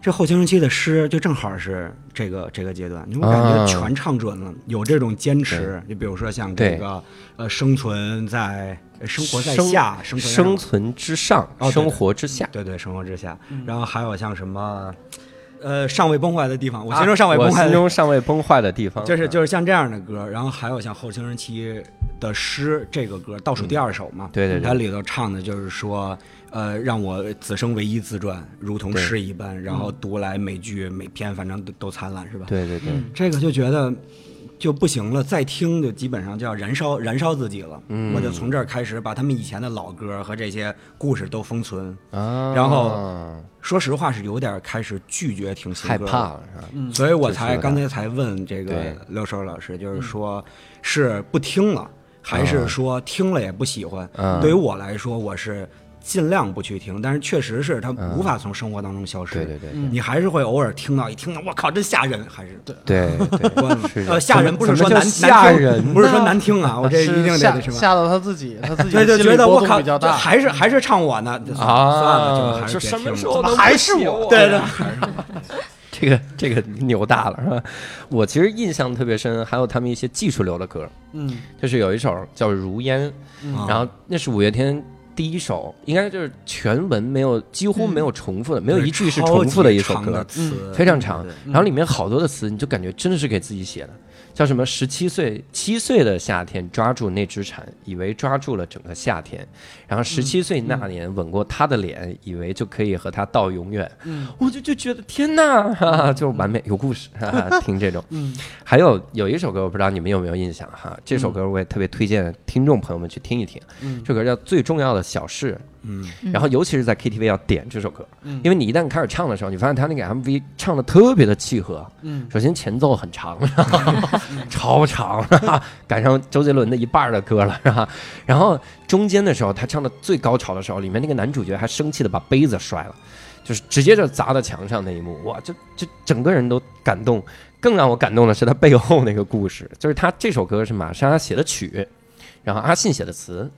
这后青春期的诗就正好是这个这个阶段，你我感觉
啊
全唱准了，有这种坚持。你比如说像这
对
个呃，生存在呃生活在
生
下，生存在
生存之上，
哦对
生活之下。
对对生活之下，然后还有像什么呃尚未崩坏的地方，我心中尚未崩
啊我
坏
心
的。
中尚未崩坏的地方，
就是就是像这样的歌，然后还有像后青春期的诗这个歌，倒数第二首嘛，
嗯对对对
它里头唱的就是说，呃，让我此生唯一自传，如同
对嗯
诗一般，然后读来每句每篇，反正都都灿烂，是吧？
对对对，
嗯
这个就觉得就不行了，再听就基本上就要燃烧燃烧自己了。
嗯
我就从这儿开始把他们以前的老歌和这些故事都封存。
啊，
然后说实话是有点开始拒绝听新
害
歌，
怕了是吧？
所以我
就是
才
的
刚才才问这个
对嗯
刘守老师，就是说是不听了，还
啊
是说听了也不喜欢？
嗯
对于我来说，我是。尽量不去听，但是确实是它无法从生活当中消失。
对对对对
你还是会偶尔听到，一听到我靠，真吓人，还是对
对对，是
呃，吓人不是说
怎么
难
叫吓
难听
人
不是说难听 (laughs) 啊，我这一定
是吓
得是吧？
吓到他自己，他自己
对，就
的心
觉
理
得
波
我
动
靠，
比较
这
大。
还是还是唱我呢，就算
啊，
算了，还是
这
别
什么
听
时
了啊
候能
还是
不起
我
我
对对
呀，这个这个牛大了是吧？我其实印象特别深，还有他们一些技术流的歌，
嗯
就是有一首叫《如烟》，
啊
嗯然后那是五月天。第一首应该就是全文没有，几乎没有重复的，没有一句是重复的一首
超级
歌嗯
长的，词
非常长
对对。
然后里面好多的词，你就感觉真的是给自己写的，叫什么“十七岁七岁的夏天抓住那只蝉，以为抓住了整个夏天；然后十七
嗯
岁那年吻过她的脸，以为就可以和她到永远。”
嗯
(laughs) 我就就觉得天哪，哈哈，就完美，有故事，哈
(laughs)
哈，听这种。
嗯
还有有一首歌，我不知道你们有没有印象哈，这
嗯
首歌我也特别推荐听众朋友们去听一听。
嗯
这首歌叫《最重要的小事》，
嗯，
然后尤其是在 KTV 要点这首歌，
嗯
因为你一旦开始唱的时候，你发现他那个 MV 唱的特别的契合。
嗯
首先前奏很长， (laughs) 超长，赶上周杰伦的一半儿的歌了，是吧？然后中间的时候，他唱到最高潮的时候，里面那个男主角还生气的把杯子摔了，就是直接就砸到墙上那一幕，哇，这这整个人都感动。更让我感动的是他背后那个故事，就是他这首歌是玛莎写的曲，然后阿信写的词，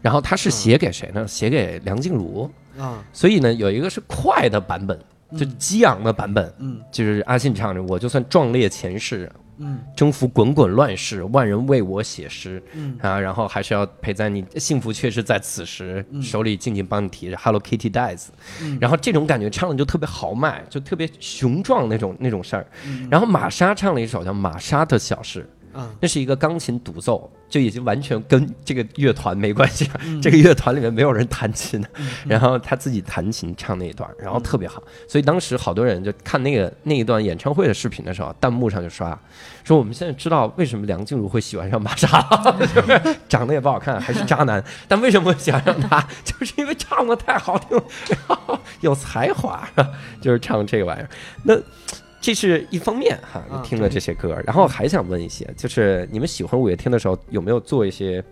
然后他
嗯
是写给谁呢？写给梁静茹。
啊
所以呢，有一个是快的版本，就激昂的版本，
嗯
就是阿信唱着“我就算壮烈前世，
嗯
征服滚滚乱世，万人为我写诗
嗯
啊，然后还是要陪在你，幸福确实在此时，手里静静帮你提着 Hello Kitty dies，
嗯
然后这种感觉唱的就特别豪迈，就特别雄壮那种那种事儿。
嗯
然后玛莎唱了一首叫《玛莎的小事》。
啊
那是一个钢琴独奏，就已经完全跟这个乐团没关系了。
嗯
这个乐团里面没有人弹琴的，然后他自己弹琴唱那一段，然后特别好。所以当时好多人就看那个那一段演唱会的视频的时候，弹幕上就刷说我们现在知道为什么梁静茹会喜欢上玛莎了， (laughs) 就是长得也不好看，还是渣男，但为什么会喜欢上他， (laughs) 就是因为唱的太好听，然后有才华，就是唱这个玩意儿。那这是一方面哈，
啊
你听了这些歌，然后还想问一些，就是你们喜欢五月天的时候，有没有做一些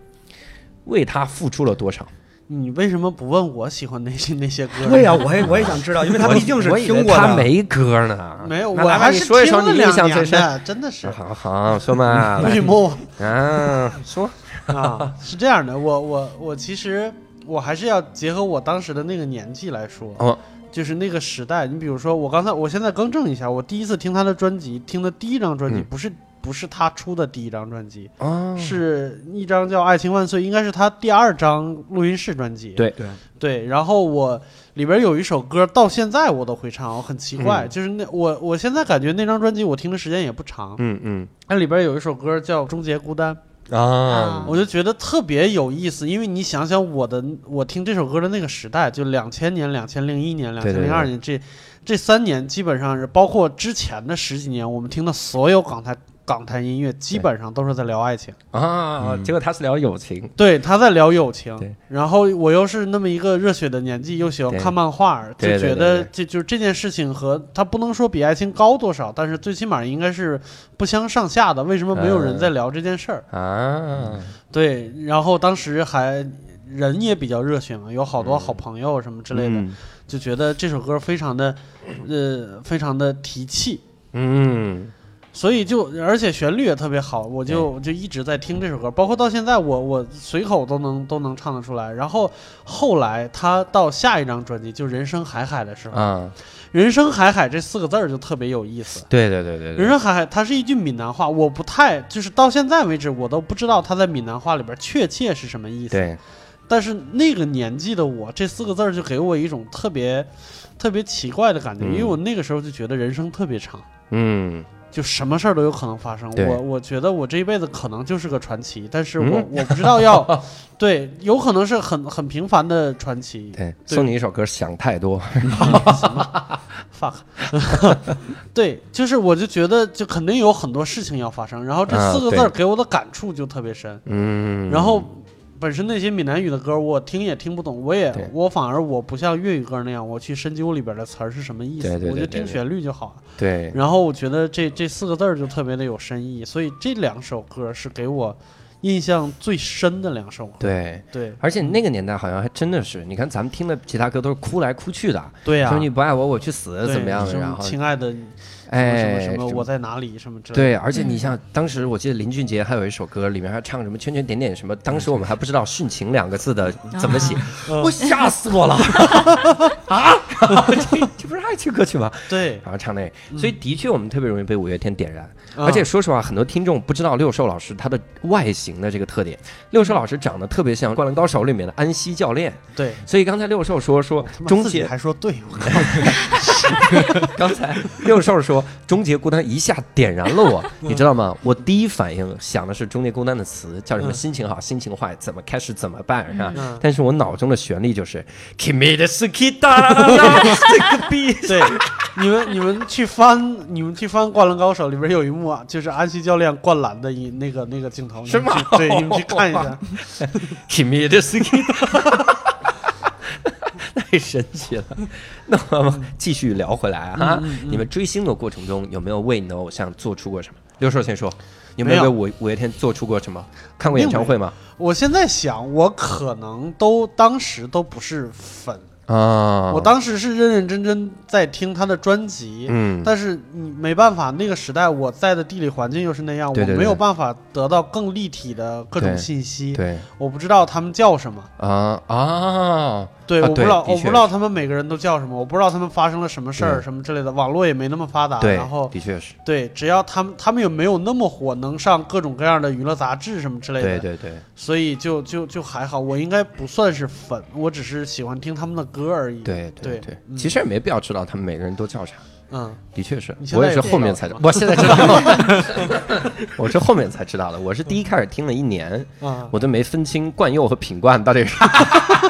为他付出了多少？
你为什么不问我喜欢哪些那些歌？
对呀、啊我也我也想知道，因为他
我
毕竟是
我以为
听过的。
他没歌呢，
没有，
那
我
来吧
还
你
是
说一
听
说
了
你印
两
象最
年
深。
的，真的是
好好说嘛，来
(laughs) 绿幕
(laughs) 啊，说 (laughs)
啊，是这样的，我我我其实我还是要结合我当时的那个年纪来说，
哦
就是那个时代。你比如说，我刚才我现在更正一下，我第一次听他的专辑，听的第一张专辑
嗯
不是、不是他出的第一张专辑，
啊，
是一张叫《爱情万岁》，应该是他第二张录音室专辑。
对
对，
对，然后我里边有一首歌，到现在我都会唱，我很奇怪，
嗯
就是那我我现在感觉那张专辑我听的时间也不长，
嗯
那里边有一首歌叫《终结孤单》，
嗯啊
啊
我就觉得特别有意思，因为你想想我的，我听这首歌的那个时代，就两千年、两千零一年、两
对
千
对
零二年这这三年，基本上是包括之前的十几年，我们听的所有港台港台音乐，基本上都是在聊爱情。
啊，
嗯
结果他是聊友情，
对，他在聊友情
对，
然后我又是那么一个热血的年纪，又喜欢
对
看漫画，就
对对对
觉得
对
这就是这件事情和他不能说比爱情高多少，但是最起码应该是不相上下的。为什么没有
呃
人在聊这件事儿？
啊，
对，然后当时还人也比较热血嘛，有好多好朋友什么之类的，
嗯
就觉得这首歌非常的，呃，非常的提气，
嗯，
所以就而且旋律也特别好，我就我就一直在听这首歌，包括到现在我我随口都能都能唱得出来。然后后来他到下一张专辑就《人生海海》的时候，
啊，
人生海海”这四个字儿就特别有意思。
对对对对
人
对，
生海海，它是一句闽南话，我不太就是到现在为止，我都不知道它在闽南话里边确切是什么意思。
对，
但是那个年纪的我，这四个字儿就给我一种特别、特别奇怪的感觉，
嗯
因为我那个时候就觉得人生特别长，
嗯，
就什么事儿都有可能发生。
对
我我觉得我这一辈子可能就是个传奇，但是我、
嗯
我不知道要对，有可能是很很平凡的传奇。
对，送你一首歌《想太多》，
fuck，对，就是我就觉得就肯定有很多事情要发生，然后这
啊
四个字儿
对
给我的感触就特别深。
嗯，
然后本身那些闽南语的歌我听也听不懂，我也
对
我反而我不像粤语歌那样，我去深究里边的词儿是什么意思，
对对对
我就
对
听
对
旋律就好了。
对，
然后我觉得这这四个字儿就特别的有深意，所以这两首歌是给我印象最深的两首歌。
对。
对
而且那个年代好像还真的是，你看咱们听的其他歌都是哭来哭去的，
对呀、
说你不爱我我去死
对
怎么样的，
什么
然后
亲爱的，什么
哎
什么什么，
什么
我在哪里，什么之类的。
对，而且你像当时我记得林俊杰还有一首歌，里面还唱什么圈圈点点什么，当时
嗯
我们还不知道“殉情”两个字的怎么
啊
写，我吓死我了啊！ (laughs) 这这不是爱情歌曲吗？
对
然后唱那，
嗯
所以的确我们特别容易被五月天点燃。
啊
而且说实话，很多听众不知道六兽老师他的外形的这个特点。六兽老师长得特别像《灌篮高手》里面的安西教练，
对，
所以刚才六兽说说
他妈
终
自己
结，
还说对，我靠
(laughs) 刚才六兽说终结孤单一下点燃了
(laughs)
我，
嗯
你知道吗？我第一反应想的是终结孤单的词叫什么？
嗯
心情好，心情坏，怎么开始怎么办是吧
嗯？
但是我脑中的旋律就是 Kimi de Suki da da
(laughs)
da，这个逼
对，你们你们去翻，你们去翻《灌篮高手》里边有一幕啊，就是安西教练灌篮的一那个那个镜头，你
是
们去
吗哦
对，你们去看一 (laughs) 下。
Kimi de Suki da。太神奇了， (laughs) 那我
嗯
们继续聊回来哈、你们追星的过程中有没有为你的偶像做出过什么？六兽先说，有没有为
没有
五五月天做出过什么？看过演唱会吗？
我现在想，我可能都当时都不是粉，
啊，
我当时是认认真真在听他的专辑，
嗯
但是你没办法，那个时代我在的地理环境又是那样，
对对
我没有
对
办法得到更立体的各种
对
信息，
对
我不知道他们叫什么，
啊啊，
对，
啊
我不
对
知道，
的
我
确
不知道他们每个人都叫什么，我不知道他们发生了什么事儿
对
什么之类的，网络也没那么发达，
对
啊然后，
的确是，
对，只要他们他们也没有那么火，能上各种各样的娱乐杂志什么之类的，嗯
对对对
所以就就就还好，我应该不算是粉，我只是喜欢听他们的歌而已，，
对
对
对，
嗯
其实也没必要知道他们每个人都叫啥，
嗯，
的确是
你，现
我
在
也是
也
后面
知
才
道
知
了吗
我现在知道了， (laughs) 我是后面才知道的，我是第一开始听了一年，
啊，
我都没分清冠佑和品冠到底是 (laughs)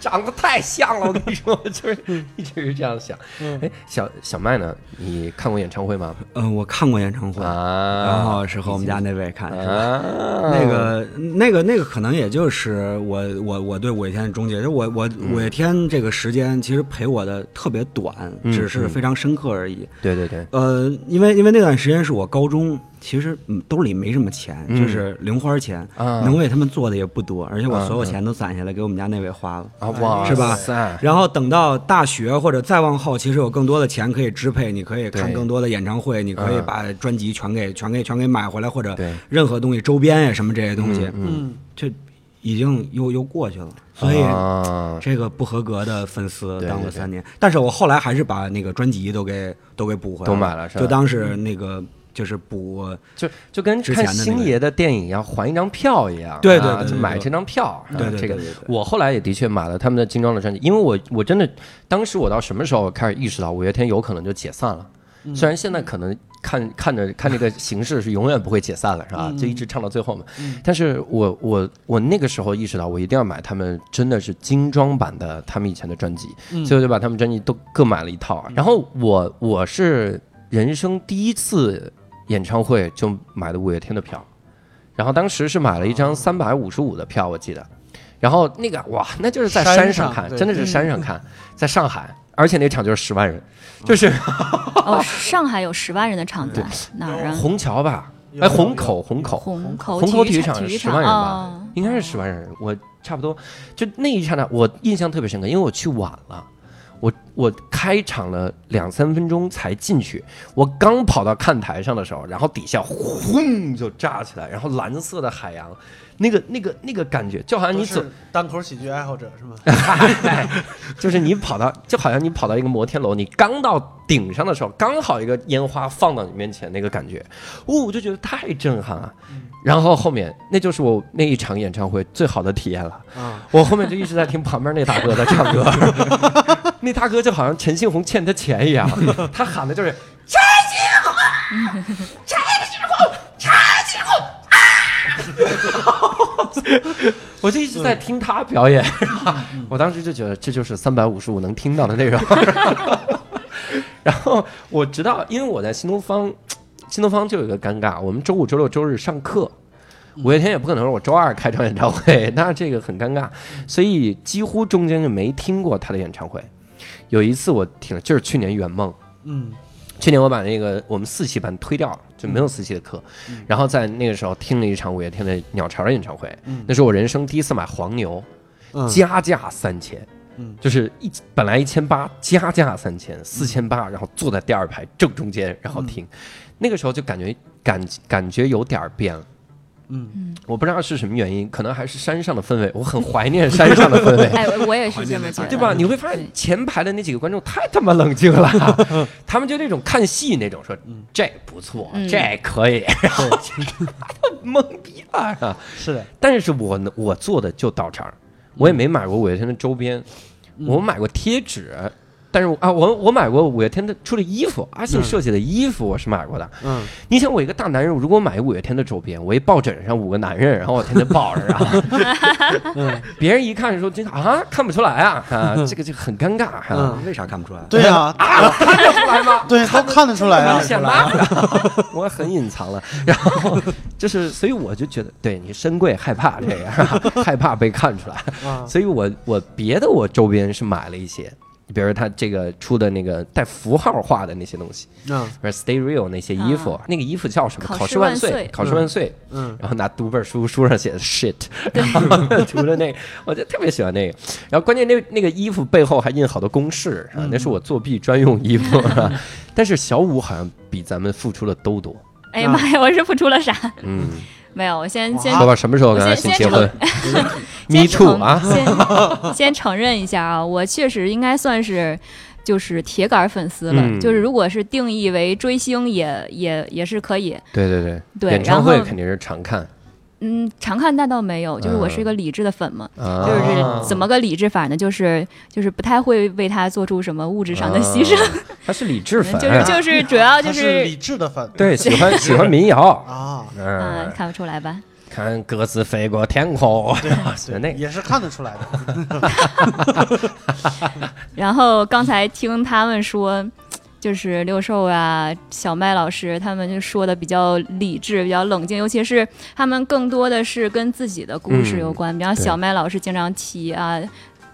长得太像了，我跟你说， (laughs) 我就是一直是这样想。
嗯
哎，小小麦呢？你看过演唱会吗？
嗯，我看过演唱会，
啊，
然后是和我们家那位看，是吧？
啊，
那个、那个、那个，可能也就是我、我、我对五月天的终结。就我、我、
嗯
五月天这个时间，其实陪我的特别短，
嗯
只是非常深刻而已。
对对对，
呃，因为因为那段时间是我高中，其实嗯兜里没什么钱，
嗯
就是零花钱，
啊
能为他们做的也不多，而且我
啊
所有钱都攒下来给我们家那位花了。
啊哇，
是吧
塞，
然后等到大学或者再往后，其实有更多的钱可以支配，你可以
对
看
啊
更多的演唱会，你可以把专辑全给、全给全给买回来，或者
对
任何东西周边呀什么这些东西，
嗯，
这已经又又过去了。所以
啊
这个不合格的粉丝
对
当
对对
了三年，但是我后来还是把那个专辑都给都给补回来，
都买了是吧
就当时那个就是补，
就就跟
之
看
前的那
星
个
爷的电影一样，还一张票一样，
对对
啊
对对
就
对
买
对
这张票。
对
啊
对
这个
对对对
我后来也的确买了他们的精装的专辑，因为我我真的当时我到什么时候开始意识到五月天有可能就解散了，
嗯
虽然现在可能。看看着看这个形势是永远不会解散了，是
嗯
吧？就一直唱到最后嘛。但是我我我那个时候意识到，我一定要买他们真的是精装版的他们以前的专辑，
嗯
所以我就把他们专辑都各买了一套。啊然后我我是人生第一次演唱会就买的五月天的票，然后当时是买了一张
哦
三百五十五的票，我记得。然后那个哇，那就是在
山
山
上
上看，
哦对嗯
真的是山上看，在上海，而且那场就是十万人，就是
哦，上海有十万人的场子啊，哪儿啊？
虹桥吧，
有
哎，
有
虹口，虹口，
虹口
虹口体
体
育
场，
场
体
是
育
十
场
万人吧
啊，，
应该是十万人，我差不多就那一刹那，我印象特别深刻，因为我去晚了。我我开场了两三分钟才进去，我刚跑到看台上的时候，然后底下轰就炸起来，然后蓝色的海洋，那个那个那个感觉，就好像
都
你走
是单口喜剧爱好者是吗？
(laughs) 就是你跑到，就好像你跑到一个摩天楼，你刚到顶上的时候，刚好一个烟花放到你面前，那个感觉，哦，我就觉得太震撼了。然后后面，那就是我那一场演唱会最好的体验了。
啊，
我后面就一直在听旁边那大哥在唱 (laughs) 歌，那大哥就好像陈信宏欠他钱一样，他喊的就是啊 (laughs) 啊我就一直在听他表演，我当时就觉得这就是三百五十五能听到的内容。 (laughs) 然后我直到，因为我在新东方，新东方就有一个尴尬，我们周五、周六、周日上课，五月天也不可能说我周二开场演唱会， (laughs) 那这个很尴尬，所以几乎中间就没听过他的演唱会。有一次我听了，就是去年圆梦，
嗯，
去年我把那个我们四期班推掉了，就没有四期的课，
嗯
然后在那个时候听了一场五月天的鸟巢的演唱会，那是我人生第一次买黄牛，
嗯
加价三千，
嗯
就是一本来一千八，加价三千，四千八，然后坐在第二排正中间，然后听，
嗯
那个时候就感觉感感觉有点儿变了。
嗯
我不知道是什么原因，可能还是山上的氛围，我很怀念山上的氛围。
哎，我也是这么觉得，
对吧？你会发现
对
前排的那几个观众太他妈冷静了，他们就那种看戏那种，说这不错，
嗯
这可以，然后就 (laughs) 懵逼了啊是吧。(laughs)
是的，
但是我呢我做的就到这
嗯
儿，我也没买过五月天的周边，我买过贴纸。但是我啊，我我买过五月天的出的衣服，阿信设计的衣服我是买过的。
嗯，
你想，我一个大男人，如果买五月天的周边，我一抱枕上五个男人，然后我天天抱着，然后
(laughs)
别人一看说这个啊看不出来啊啊，这个就很尴尬啊，
嗯
为啥看不出来？
对啊，
看得出来吗？
(laughs) 对，都看得出来啊
明，显吗？ (laughs) 我很隐藏了，然后就是，所以我就觉得，对你深贵害怕这个，害怕被看出来，
啊，
所以我我别的我周边是买了一些，比如他这个出的那个带符号化的那些东西，
嗯
比如 Stay Real 那些衣服，
啊
那个衣服叫什么？
考
考
试
试万
万
岁
岁，
考试万岁。
嗯
然后拿读本书，书上写的 shit，然后涂的那个， (laughs) 我就特别喜欢那个。然后关键那那个衣服背后还印好多公式
嗯
啊，那是我作弊专用衣服。
(laughs)
啊但是小五好像比咱们付出的都多。
哎呀
啊
妈呀，我是付出了啥？
嗯，
没有，我先
哇
先
说吧，什么时候跟阿信结婚？Me (laughs)
先
too
承
啊！ (laughs)
先先承认一下啊，我确实应该算是。就是铁杆粉丝了，
嗯
就是如果是定义为追星也也也是可以，
对对对，
对
演唱
然
会
后
肯定是常看，
嗯，常看那倒没有，就是我是一个理智的粉嘛，
就
就是怎么个理智法呢？就是就是不太会为他做出什么物质上的牺牲，
啊他是理智粉，
就是就是主要啊就
他是理智的粉
对喜
(laughs)
欢喜欢民谣，
啊，
嗯，
嗯，
看不出来吧？
看鸽子飞过天空， (laughs) 喜欢那个，
也是看得出来的。
然后刚才听他们说，就是六兽啊、小麦老师他们就说的比较理智、比较冷静，尤其是他们更多的是跟自己的故事有关。比方
对
小麦老师经常提啊，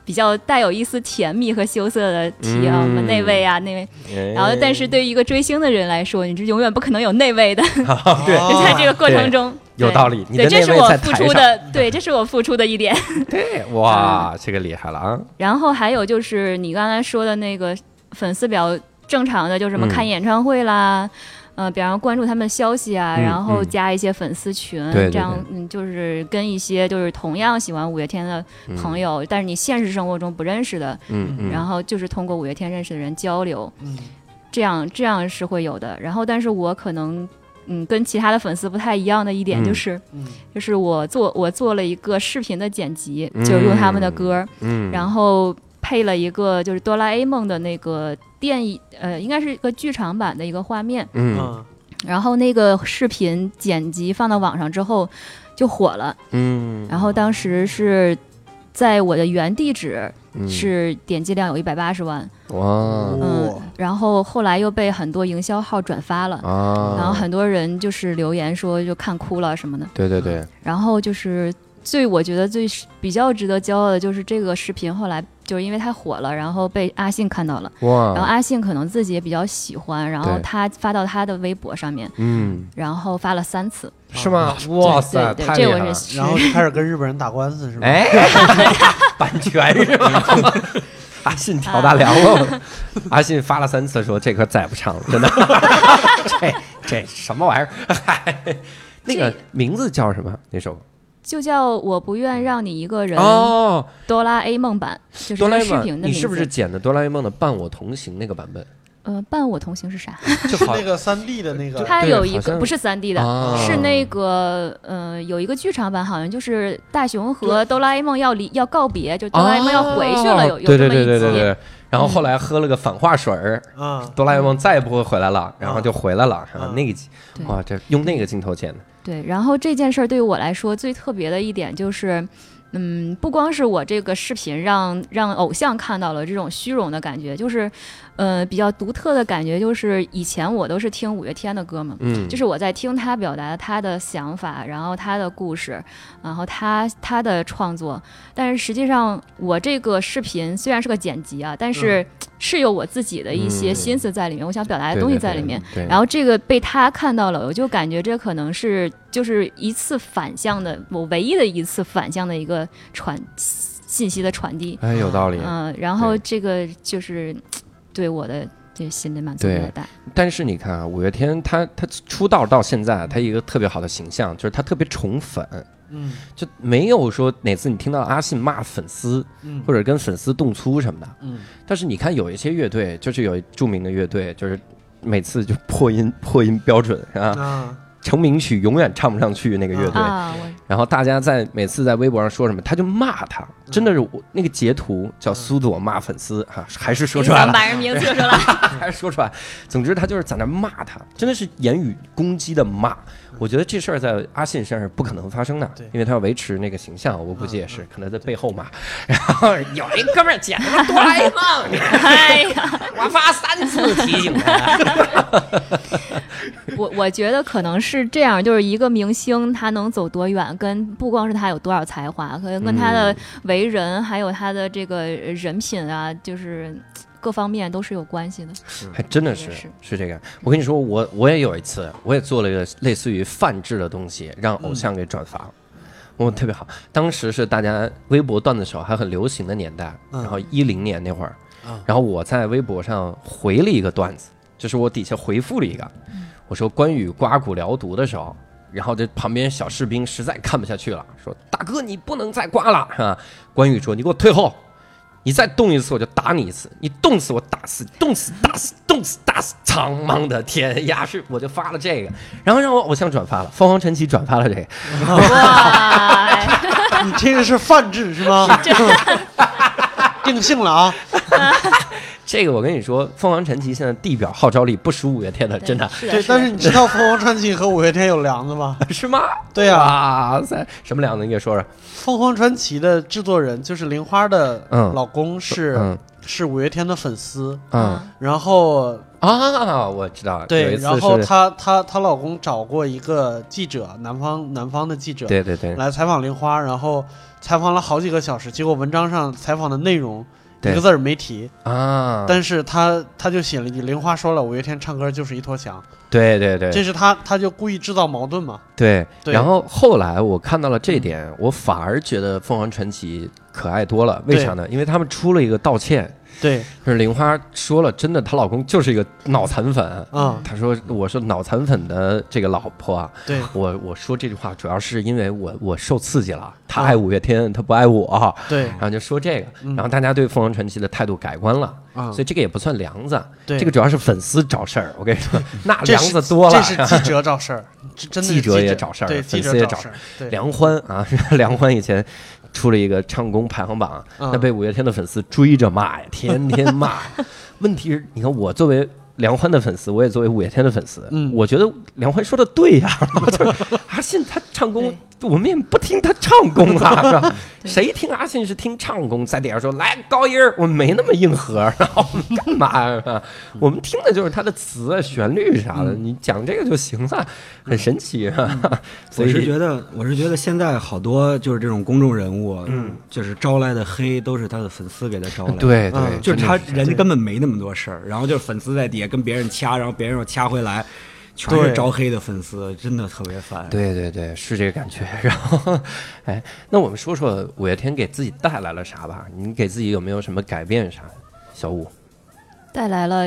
比较带有一丝甜蜜和羞涩的提啊，
嗯
我们那位啊那位。
哎
然后，但是对于一个追星的人来说，你是永远不可能有内位的。
(laughs) 对
哦
就 (laughs) 在这个过程中，
有
对
道理你的
对，这
内
是
位
我
在
付
台
出
上
的，对，这是我付出的一点。 (laughs)
对，哎
嗯
哇，这个厉害了啊！
然后还有就是你刚才说的那个粉丝比较正常的，就是什么
嗯
看演唱会啦，呃，比方关注他们的消息啊，
嗯
然后
嗯
加一些粉丝群，
对对
这样
对
嗯，就是跟一些就是同样喜欢五月天的朋友，但是你现实生活中不认识的，
嗯嗯，
然后就是通过五月天认识的人交流，
嗯
这样这样是会有的。然后，但是我可能。嗯，跟其他的粉丝不太一样的一点
嗯
就是，
嗯
就是我做我做了一个视频的剪辑，就是用他们的歌，
嗯，
然后配了一个就是哆啦 A 梦的那个电影，呃，应该是一个剧场版的一个画面。
嗯
嗯
然后那个视频剪辑放到网上之后就火了，
嗯，
然后当时是。在我的原地址
嗯
是点击量有一百八十万，
哇
嗯
哇，
然后后来又被很多营销号转发了，
啊，
然后很多人就是留言说就看哭了什么的，
对对对，
然后就是最我觉得最比较值得骄傲的就是这个视频后来就是因为太火了，然后被阿信看到了，然后
哇，
阿信可能自己也比较喜欢，然后
对
他发到他的微博上面，
嗯，
然后发了三次。
是吗？哇塞，
啊对
太
对，
厉
这
害
我
了！
是
然后就开始跟日本人打官司是吧？ (laughs)
哎， (laughs) 版权是吗？ (laughs) 阿信挑大梁了，阿信发了三次说这歌再不唱了，真的， (laughs) 这这什么玩意儿？ (laughs) 嗨，那个
这
名字叫什么？那首
就叫我不愿让你一个人，
哦，
哆啦 A 梦版，就是
哆啦
这
A
视频
梦，
的名字。
你是不是剪的哆啦 A 梦的《伴我同行》那个版本？
呃，伴我同行是啥？
就是好
那个三 D 的那个
它
对
有一
好像
个不是三 D 的，
啊
是那个呃，有一个剧场版，好像就是大雄和哆啦 A 梦要离要告别，就哆啦 A 梦要回去了，有有
对
这
哦对
么一
对对对
集。嗯
对。然后后来喝了个反话水儿，
啊，
哆啦 A 梦再也不会回来了，然后就回来了。然后那个集
对
哇，这用那个镜头剪的，
对，然后这件事儿对于我来说最特别的一点就是，嗯，不光是我这个视频让让偶像看到了这种虚荣的感觉，就是，呃，比较独特的感觉就是以前我都是听五月天的歌嘛，
嗯，
就是我在听他表达他的想法，然后他的故事，然后他他的创作，但是实际上我这个视频虽然是个剪辑啊，但是是有我自己的一些
嗯
心思在里面，我想表达
对
的东西在里面。。
对对对
然后这个被他看到了，我就感觉这可能是就是一次反向的，我唯一的一次反向的一个传信息的传递。
哎，有道理。
嗯、然后
对
这个就是对我的这心理满足
对
特别大。
但是你看啊，五月天他他出道到现在，他一个特别好的形象就是他特别宠粉，
嗯
就没有说哪次你听到阿信骂粉丝
嗯
或者跟粉丝动粗什么的。
嗯，
但是你看有一些乐队，就是有著名的乐队，就是每次就破音破音标准啊，
啊
成名曲永远唱不上去那个乐队。
啊，我
然后大家在每次在微博上说什么，他就骂他，真的是我那个截图叫苏朵骂粉丝啊，还是说出来
想
了，
把人名字说出来。
(laughs) 还是说出来。总之他就是在那骂他，真的是言语攻击的骂。我觉得这事儿在阿信身上是不可能发生的
对，
因为他要维持那个形象，我估计也是可能在背后骂。 (laughs) 然后有一哥们儿捡他哆啦 A 梦，
哎呀，
我发三次提醒他。
(laughs) 我我觉得可能是这样，就是一个明星他能走多远，跟不光是他有多少才华，可能跟他的为人，还有他的这个人品啊，就是各方面都是有关
(laughs)
系的。
还真的是
是
是这个。我跟你说，我我也有一次，我也做了一个类似于泛制的东西，让偶像给转发了。我特别好，当时是大家微博段子手还很流行的年代，
嗯
然后一零年那会儿
啊，
然后我在微博上回了一个段子，就是我底下回复了一个，我说关羽刮骨疗毒的时候，然后这旁边小士兵实在看不下去了，说大哥你不能再刮了啊！关羽说你给我退后，你再动一次我就打你一次，你动死我打死，动死打死，动死打死，苍茫的天涯是我就发了这个，然后让我偶像转发了，凤凰传奇转发了这个，
哇，
嗯你这个是泛制是吗？ (laughs) 定性了啊！
这个我跟你说，凤凰传奇现在地表号召力不输五月天的，真的
是的，
对，但是你知道凤凰传奇和五月天有梁子吗？
是吗？
(laughs) 对啊呀
哇塞，什么两个？你给说说，
凤凰传奇的制作人就是玲花的
嗯
老公是、
嗯
是五月天的粉丝，
嗯
然后
啊，我知道，有
对，
一次
然后
是
她她她老公找过一个记者，南方南方的记者
对对对，
来采访玲花，然后采访了好几个小时，结果文章上采访的内容
对
一个字儿没提，
啊，
但是她她就写了一句，玲花说了，五月天唱歌就是一坨翔，
对对对，
这是她她就故意制造矛盾嘛，
对，
对嗯
然后后来我看到了这点，我反而觉得凤凰传奇可爱多了。为
对
啥呢？因为他们出了一个道歉，
对，
就是玲花说了，真的，她老公就是一个脑残粉。
嗯，
她说：“我是脑残粉的这个老婆啊，
对，
我我说这句话主要是因为我我受刺激
啊
了，她爱五月天，她不爱我，
对，
然后就说这个，
啊嗯
然后大家对凤凰传奇的态度改观了，
啊、
所以这个也不算梁子，
对
这个主要是粉丝找事儿。我跟你
(laughs)
说，那
这
梁
是
子多了，
这是记者
(laughs)
找事儿，这真的是
记者
者
也找事儿
对，
粉
记
丝
者
也
找
找
事儿，对，
梁欢 (laughs) 啊，梁欢以前出了一个唱功排行榜，
嗯
那被五月天的粉丝追着骂呀，天天
(laughs)
骂。问题是，你看我作为梁欢的粉丝，我也作为五月天的粉丝，
嗯
我觉得梁欢说的对呀、 (laughs) 就是阿信他唱功，我们也不听他唱功
(laughs)
啊，是吧？谁听阿信是听唱功，在底下说来高音儿，我们没那么硬核， (laughs) 然后我们干嘛呀、是吧我们听的就是他的词、啊、旋律啥
嗯
的，你讲这个就行了，很神奇啊。 (laughs) 所
我
以
是觉得，我是觉得现在好多就是这种公众人物，嗯，就是招来的黑都是他的粉丝给他招来的。
对对，
嗯
就是
真的
他人家根本没那么多事儿，然后就是粉丝在底下跟别人掐，然后别人又掐回来，全
对
是招黑的粉丝，真的特别烦。
对对对，是这个感觉。 (laughs) 然后，哎，那我们说说五月天给自己带来了啥吧？你给自己有没有什么改变啥？小五，
带来了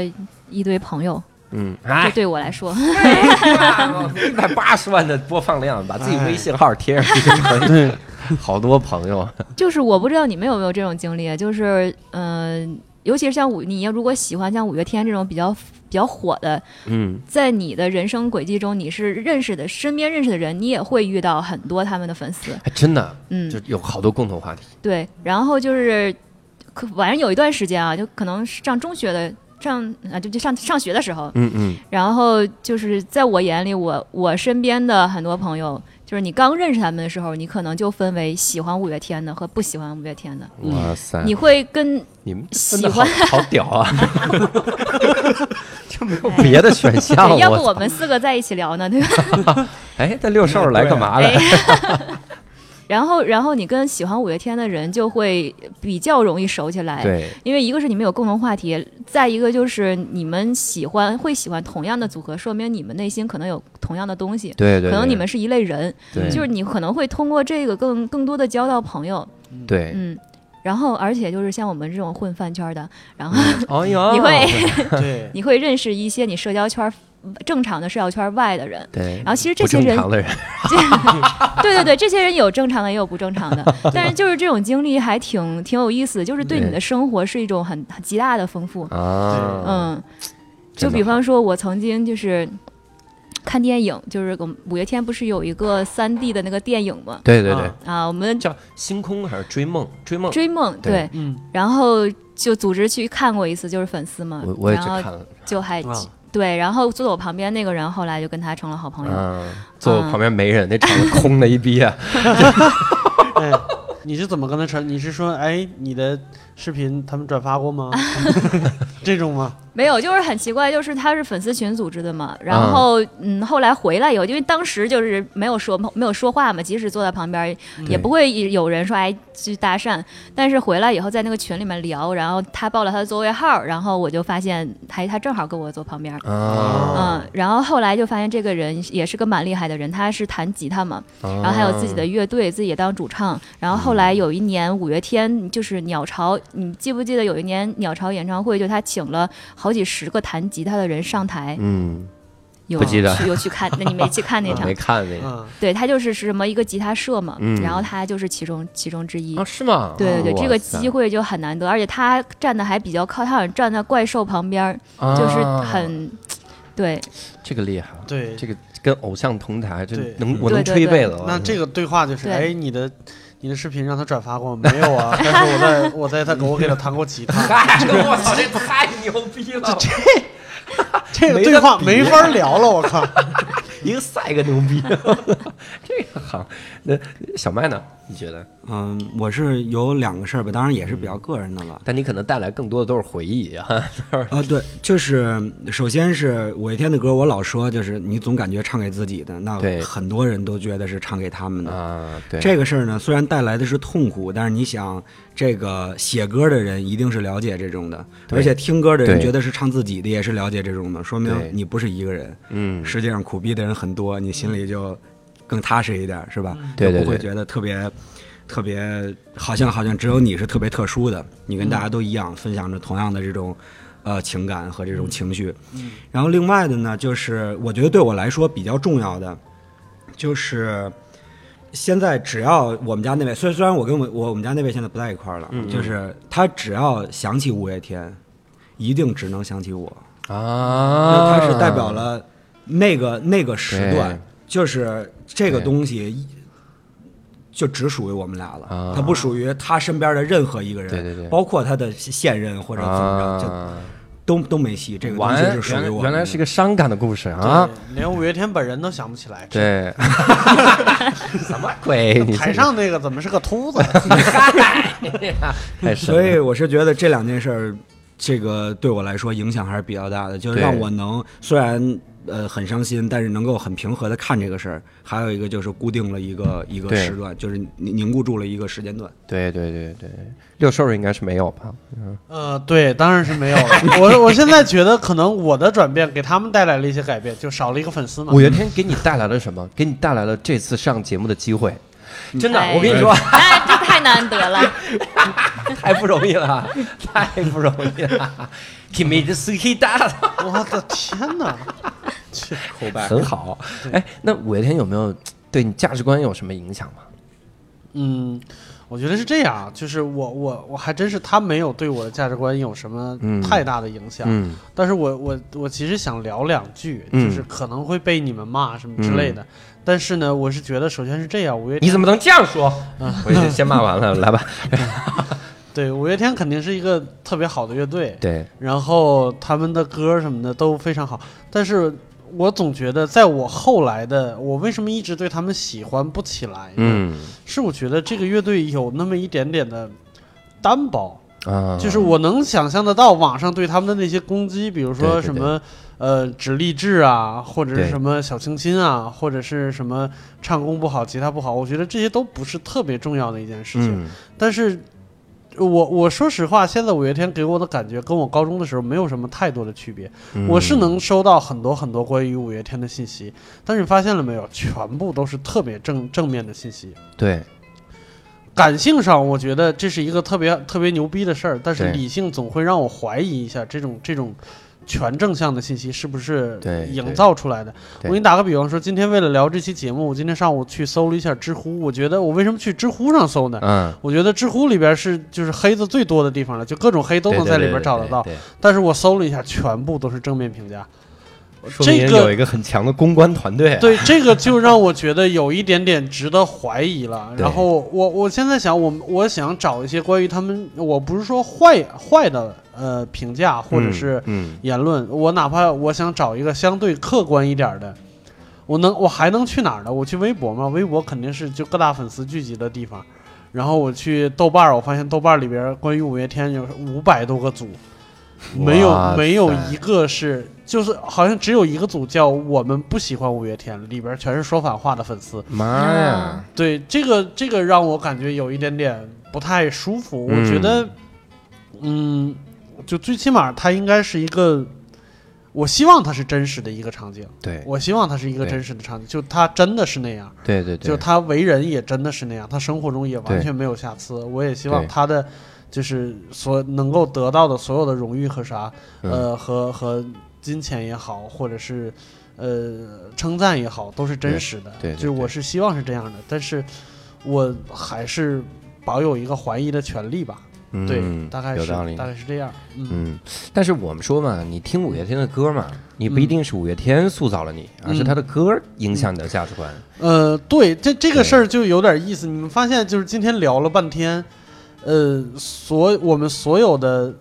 一堆朋友，
嗯，
这
哎，
对我来说， (laughs)
(laughs) 一百八十万的播放量，把自己微信号贴上去， (laughs) 好多朋友。啊
就是我不知道你们有没有这种经历，就是嗯、呃尤其是像五，你要如果喜欢像五月天这种比较比较火的，
嗯，
在你的人生轨迹中，你是认识的身边认识的人，你也会遇到很多他们的粉丝，
还真的
嗯
就，有好多共同话题。
对。然后就是，可反正有一段时间啊，就可能上中学的上啊，就就上上学的时候，
嗯嗯，
然后就是在我眼里，我我身边的很多朋友，就是你刚认识他们的时候，你可能就分为喜欢五月天的和不喜欢五月天的，
嗯
哇塞，
你会跟
你们
喜
真的好
欢
好屌啊！ (laughs) 就没有别的选项了。
对，要不
我
我们四个在一起聊呢，对吧？
哎，那六兽来干嘛来？
哎 (laughs) 然后，然后你跟喜欢五月天的人就会比较容易熟起来，
对，
因为一个是你们有共同话题，再一个就是你们喜欢会喜欢同样的组合，说明你们内心可能有同样的东西，
对对，
可能
对
你们是一类人，
对
就是你可能会通过这个更更多的交到朋友，
对，
嗯，然后而且就是像我们这种混饭圈的，然后
哎呦，
你会
对，
(laughs) 你会认识一些你社交圈正常的社交圈外的人，
对
然，后其实这
不
些
正
人
常的人，
(laughs) 对对对，这些人有正常的，也有不正常的，
(laughs)
但是就是这种经历还挺挺有意思，就是对你
对
的生活是一种很很极大的丰富。
啊，
嗯，就
真的
比方说，我曾经就是看电影，就是我们五月天不是有一个三 D 的那个电影吗？
对对对
啊，
啊，我们
叫星空还是追梦？追梦，
追梦
对
对，
嗯
然后就组织去看过一次，就是粉丝嘛
我我，也去
然后
看了，
就还
啊，
对，然后坐我旁边那个人后来就跟他成了好朋友。
嗯，坐我旁边没人，那场子空的一逼啊，
哎，你是怎么跟
(laughs)
他传？你是说，哎，你的视频他们转发过吗？这种吗？
没有，就是很奇怪，就是他是粉丝群组织的嘛，然后嗯后来回来以后，因为当时就是没有说没有说话嘛，即使坐在旁边也不会有人说哎去搭讪，但是回来以后在那个群里面聊，然后他报了他的座位号，然后我就发现他他正好跟我坐旁边，
啊，
嗯，然后后来就发现这个人也是个蛮厉害的人，他是弹吉他嘛，
然
然后还有自己
嗯
的乐队，自己也当主唱。然后后来有一年五月天就是鸟巢，你记不记得有一年鸟巢演唱会，就他请了好几十个弹吉他的人上台，
嗯，
有
不记得
去有去看，那你没去看那场
没？看那个
嗯，
对他就是是什么一个吉他社嘛，
嗯
然后他就是其中其中之一。
啊，是吗？
对对对，这个
哇塞
机会就很难得，而且他站的还比较靠，他好像站在怪兽旁边儿，就是
啊
很、对。 (laughs)
这个厉害，
对
这个跟偶像同台，这
对
能我
对
能
对
吹一辈
对
子。
那这个对话就是，
对
哎，你的你的视频让他转发过吗？没有 (laughs) 啊，但是我在我在他我给他弹过吉他。
嗨，这个我操，这太牛逼了！
(laughs) 这个
没
对
得
话
比
没啊法聊了，我 (laughs) 靠！
一个赛一个牛逼，这个好。那小麦呢？你觉得？
嗯，我是有两个事儿吧，当然也是比较个人的了。
但你可能带来更多的都是回忆啊。
啊，对，就是首先是五月天的歌，我老说就是你总感觉唱给自己的，那
对
很多人都觉得是唱给他们
(laughs)
的。
啊，对，
这个事儿呢，虽然带来的是痛苦，但是你想，这个写歌的人一定是了解这种的，
对
而且听歌的人
对
觉得是唱自己的，也是了解这种的，说明
对
你不是一个人。
嗯，
世界上苦逼的人很多，你心里就更踏实一点，是吧？
对嗯对
就不会
对
觉得特别特别，好像好像只有你是特别特殊的，你跟大家都一样，分享着同样的这种呃情感和这种情绪。
嗯
然后另外的呢，就是我觉得对我来说比较重要的，就是现在只要我们家那位，虽虽然我跟我我我们家那位现在不在一块儿了，
嗯
就是他只要想起五月天，一定只能想起我。
啊，
那它是代表了那个那个时段
对，
就是这个
对
东西就只属于我们俩
啊
了，它不属于他身边的任何一个人，
对对对
包括他的现任或者怎么着，就
啊，
都都没戏。这个东
完
西是属
原
于
来
我们
原来是一个伤感的故事啊。
对，连五月天本人都想不起来。
对，
(laughs)
什么鬼？你这
台上那个怎么是个
(laughs)
秃子？
太
的，
神
所以
了。
我是觉得这两件事儿，这个对我来说影响还是比较大的，就是
对
让我能虽然。呃，很伤心，但是能够很平和的看这个事儿。还有一个就是固定了一个一个
对
时段，就是凝凝固住了一个时间段。
对对对对，六兽应该是没有吧？
呃，对，当然是没
(laughs)
有了。我我现在觉得可能我的转变给他们带来了一些改变，就少了一个粉丝嘛
五。月天给你带来了什么？给你带来了这次上节目的机会。真的，我跟你说，
哎，这太难得了。
太不容易了，太不容易了。Kimi (laughs) 的 s k i
我的天
(laughs)
哪！
口白
很好。哎，那五月天有没有对你价值观有什么影响吗？
嗯，我觉得是这样，啊就是我我我还真是他没有对我的价值观有什么
嗯
太大的影响，
嗯
但是我我我其实想聊两句，
嗯
就是可能会被你们骂什么之类的，但是呢，我是觉得首先是这样，五月
你
天
怎么能这样说？
嗯
我已经先骂完了，来吧。
对五月天肯定是一个特别好的乐队，
对，
然后他们的歌什么的都非常好，但是我总觉得在我后来的我为什么一直对他们喜欢不起来呢？
嗯
是我觉得这个乐队有那么一点点的单薄。
啊，
就是我能想象得到网上对他们的那些攻击，比如
对对
说
对
什么呃指励志啊，或者
对
是什么小清新啊，或者是什么唱功不好、吉他不好，我觉得这些都不是特别重要的一件事情。
嗯
但是我我说实话，现在五月天给我的感觉跟我高中的时候没有什么太多的区别。
嗯
我是能收到很多很多关于五月天的信息，但是你发现了没有，全部都是特别正正面的信息。
对
感性上，我觉得这是一个特别特别牛逼的事儿，但是
对
理性总会让我怀疑一下这种这种全正向的信息是不是
对
营
对
造出来的。我
对
给你打个比方说，今天为了聊这期节目，我今天上午去搜了一下知乎，我觉得我为什么去知乎上搜呢？
嗯
我觉得知乎里边是就是黑子最多的地方了，就各种黑都
对
能
对
在
对
里边
对
找得
对
到。
对
但是我搜了一下，全部都是正面评价。
说明
这个
有一个很强的公关团队啊。
对，这个就让我觉得有一点点值得怀疑了。
对
然后我我现在想，我我想找一些关于他们，我不是说坏坏的呃评价或者
嗯
是
嗯
言论，我哪怕我想找一个相对客观一点的，我能我还能去哪儿呢？我去微博嘛，微博肯定是就各大粉丝聚集的地方。然后我去豆瓣儿，我发现豆瓣儿里边关于五月天有五百多个组，没有
哇
没有
塞
一个是，就是好像只有一个组叫我们不喜欢五月天，里边全是说反话的粉丝。
妈呀，
对这个这个让我感觉有一点点不太舒服。
嗯
我觉得，嗯，就最起码它应该是一个，我希望它是真实的一个场景，
对
我希望它是一个
对
真实的场景，就它真的是那样。
对对
就
对，
他为人也真的是那样，他生活中也完全没有瑕疵。我也希望
对
他的就是所能够得到的所有的荣誉和啥，
嗯
呃，和和金钱也好，或者是呃称赞也好，都是真实的。
对对对
就是我是希望是这样的，但是我还是保有一个怀疑的权利吧。对，
嗯
大概
有
是
道理
大。概是这样。嗯，
嗯，但是我们说嘛，你听五月天的歌嘛，你
嗯
不一定是五月天塑造了你，而是他的歌影响你的价值观。
呃，对，这这个
对
事儿就有点意思。你们发现，就是今天聊了半天，呃，所我们所有的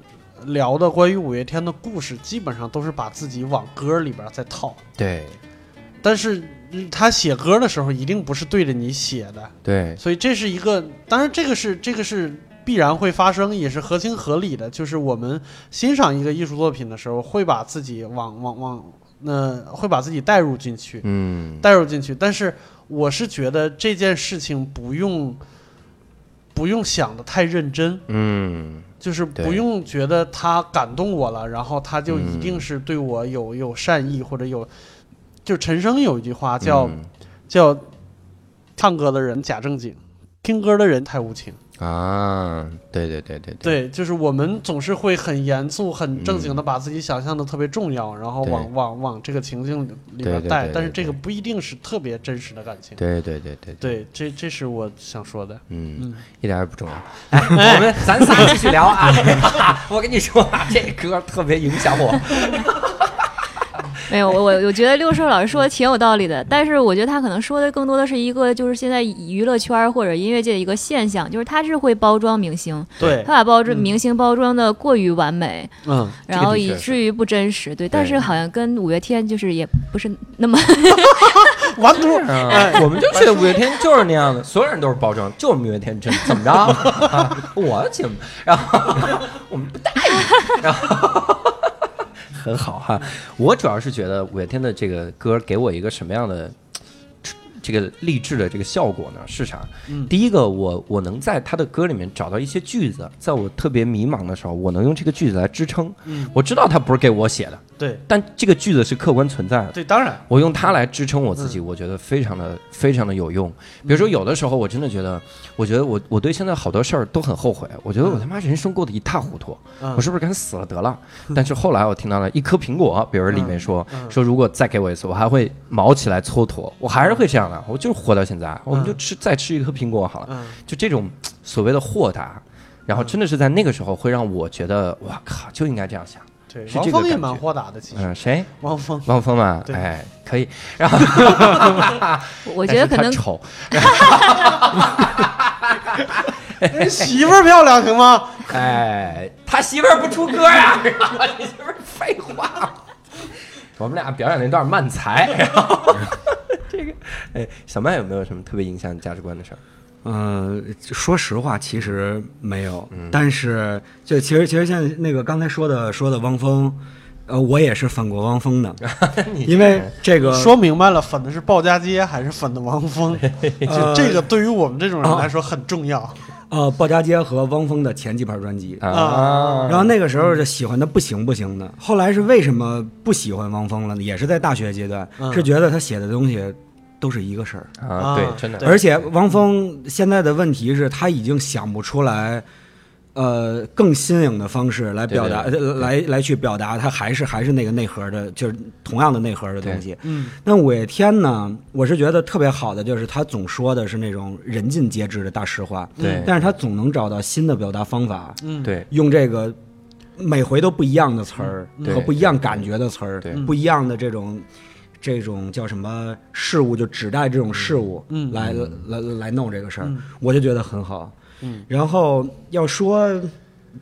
聊的关于五月天的故事，基本上都是把自己往歌里边儿在套。
对
但是嗯他写歌的时候，一定不是对着你写的，
对，
所以这是一个，当然这个是这个是必然会发生，也是合情合理的。就是我们欣赏一个艺术作品的时候，会把自己往往往，呃，会把自己带入进去。
嗯，
带入进去。但是我是觉得这件事情不用不用想的太认真，
嗯，
就是不
对
用觉得他感动我了，然后他就一
嗯
定是对我有有善意或者有。就陈升有一句话叫、
嗯
叫“唱歌的人假正经，听歌的人太无情”。
啊，对对对对，
对，就是我们总是会很严肃、很正经的把自己想象的特别重要，然后
对
往往往这个情境里
对
边
对
带
对，
但是
对
这个
对
不一定是特别真实的感情。
对对对对，
对，这这是我想说的。
嗯
嗯，
一点儿也不重要。哎，我们咱仨继续聊啊！ (laughs) 我跟你说啊，这歌特别影响我。
没有，我我我觉得六兽老师说的挺有道理的，但是我觉得他可能说的更多的是一个就是现在娱乐圈或者音乐界的一个现象，就是他是会包装明星，
对
他，把包装
嗯
明星包装的过于完美，
嗯，
这
然
个
后
的
以
确
至于不真实。对，但
对
是好像跟五月天就是也不是那么 (laughs)
(laughs) 完犊儿
啊，我们就觉得五月天就是那样的，所有人都是包装，就是五月天真怎么着？啊我怎么？然后我们不答应，然后很好哈。我主要是觉得五月天的这个歌给我一个什么样的这个励志的这个效果呢？是啥？第一个，我我能在他的歌里面找到一些句子，在我特别迷茫的时候，我能用这个句子来支撑。
嗯
我知道他不是给我写的，
对
但这个句子是客观存在的。
对，当然，
我用它来支撑我自
嗯
己，我觉得非常的非常的有用。比如说，有的时候我真的觉得，我觉得我我对现在好多事儿都很后悔，我觉得我他妈人生过得一塌糊涂，
嗯
我是不是该死了得了？但是后来我听到了一颗苹果，比如里面说
嗯嗯
说如果再给我一次，我还会毛起来蹉跎，我还是会这样的，我就是活到现在，我们就吃再吃一颗苹果好了。
嗯
就这种嘖所谓的豁达，然后真的是在那个时候会让我觉得，哇靠，就应该这样想。
对，
是
王
这个
峰也
感
蛮
觉
豁达的，其实
嗯，谁？
王峰，
汪峰嘛，
对
哎，可以。然后。
我觉得可
但 (laughs)
能
是他丑，
人哎媳妇儿漂亮行吗？
哎，他媳妇儿不出歌呀、 (laughs) 你媳妇儿废话。我们俩表演了一段慢才，然后 (laughs) 这个，哎，小麦有没有什么特别影响你价值观的事儿？
呃，说实话，其实没有，但是就其实其实像那个刚才说的说的汪峰，呃，我也是反过汪峰的，因为这个
说明白了，粉的是鲍家街还是粉的王峰？就这个对于我们这种人来说很重要。
呃，鲍家街和汪峰的前几盘专辑，
啊，
然后那个时候就喜欢的不行不行的，后来是为什么不喜欢汪峰了呢？也是在大学阶段，
嗯
是觉得他写的东西都是一个事儿，
啊，对，真的，
而且汪峰现在的问题是他已经想不出来，呃，更新颖的方式来表达，
对对
呃来来去表达，他还是还是那个内核的，就是同样的内核的东西。
嗯，
但五月天呢，我是觉得特别好的，就是他总说的是那种人尽皆知的大实话，
对嗯
但是他总能找到新的表达方法，
对
用这个每回都不一样的词儿
嗯
和
对
不一样感觉的词儿
对，
不一样的这种这种叫什么事物，就指代这种事物
嗯
来来来弄这个事儿
嗯，
我就觉得很好
嗯。
然后要说。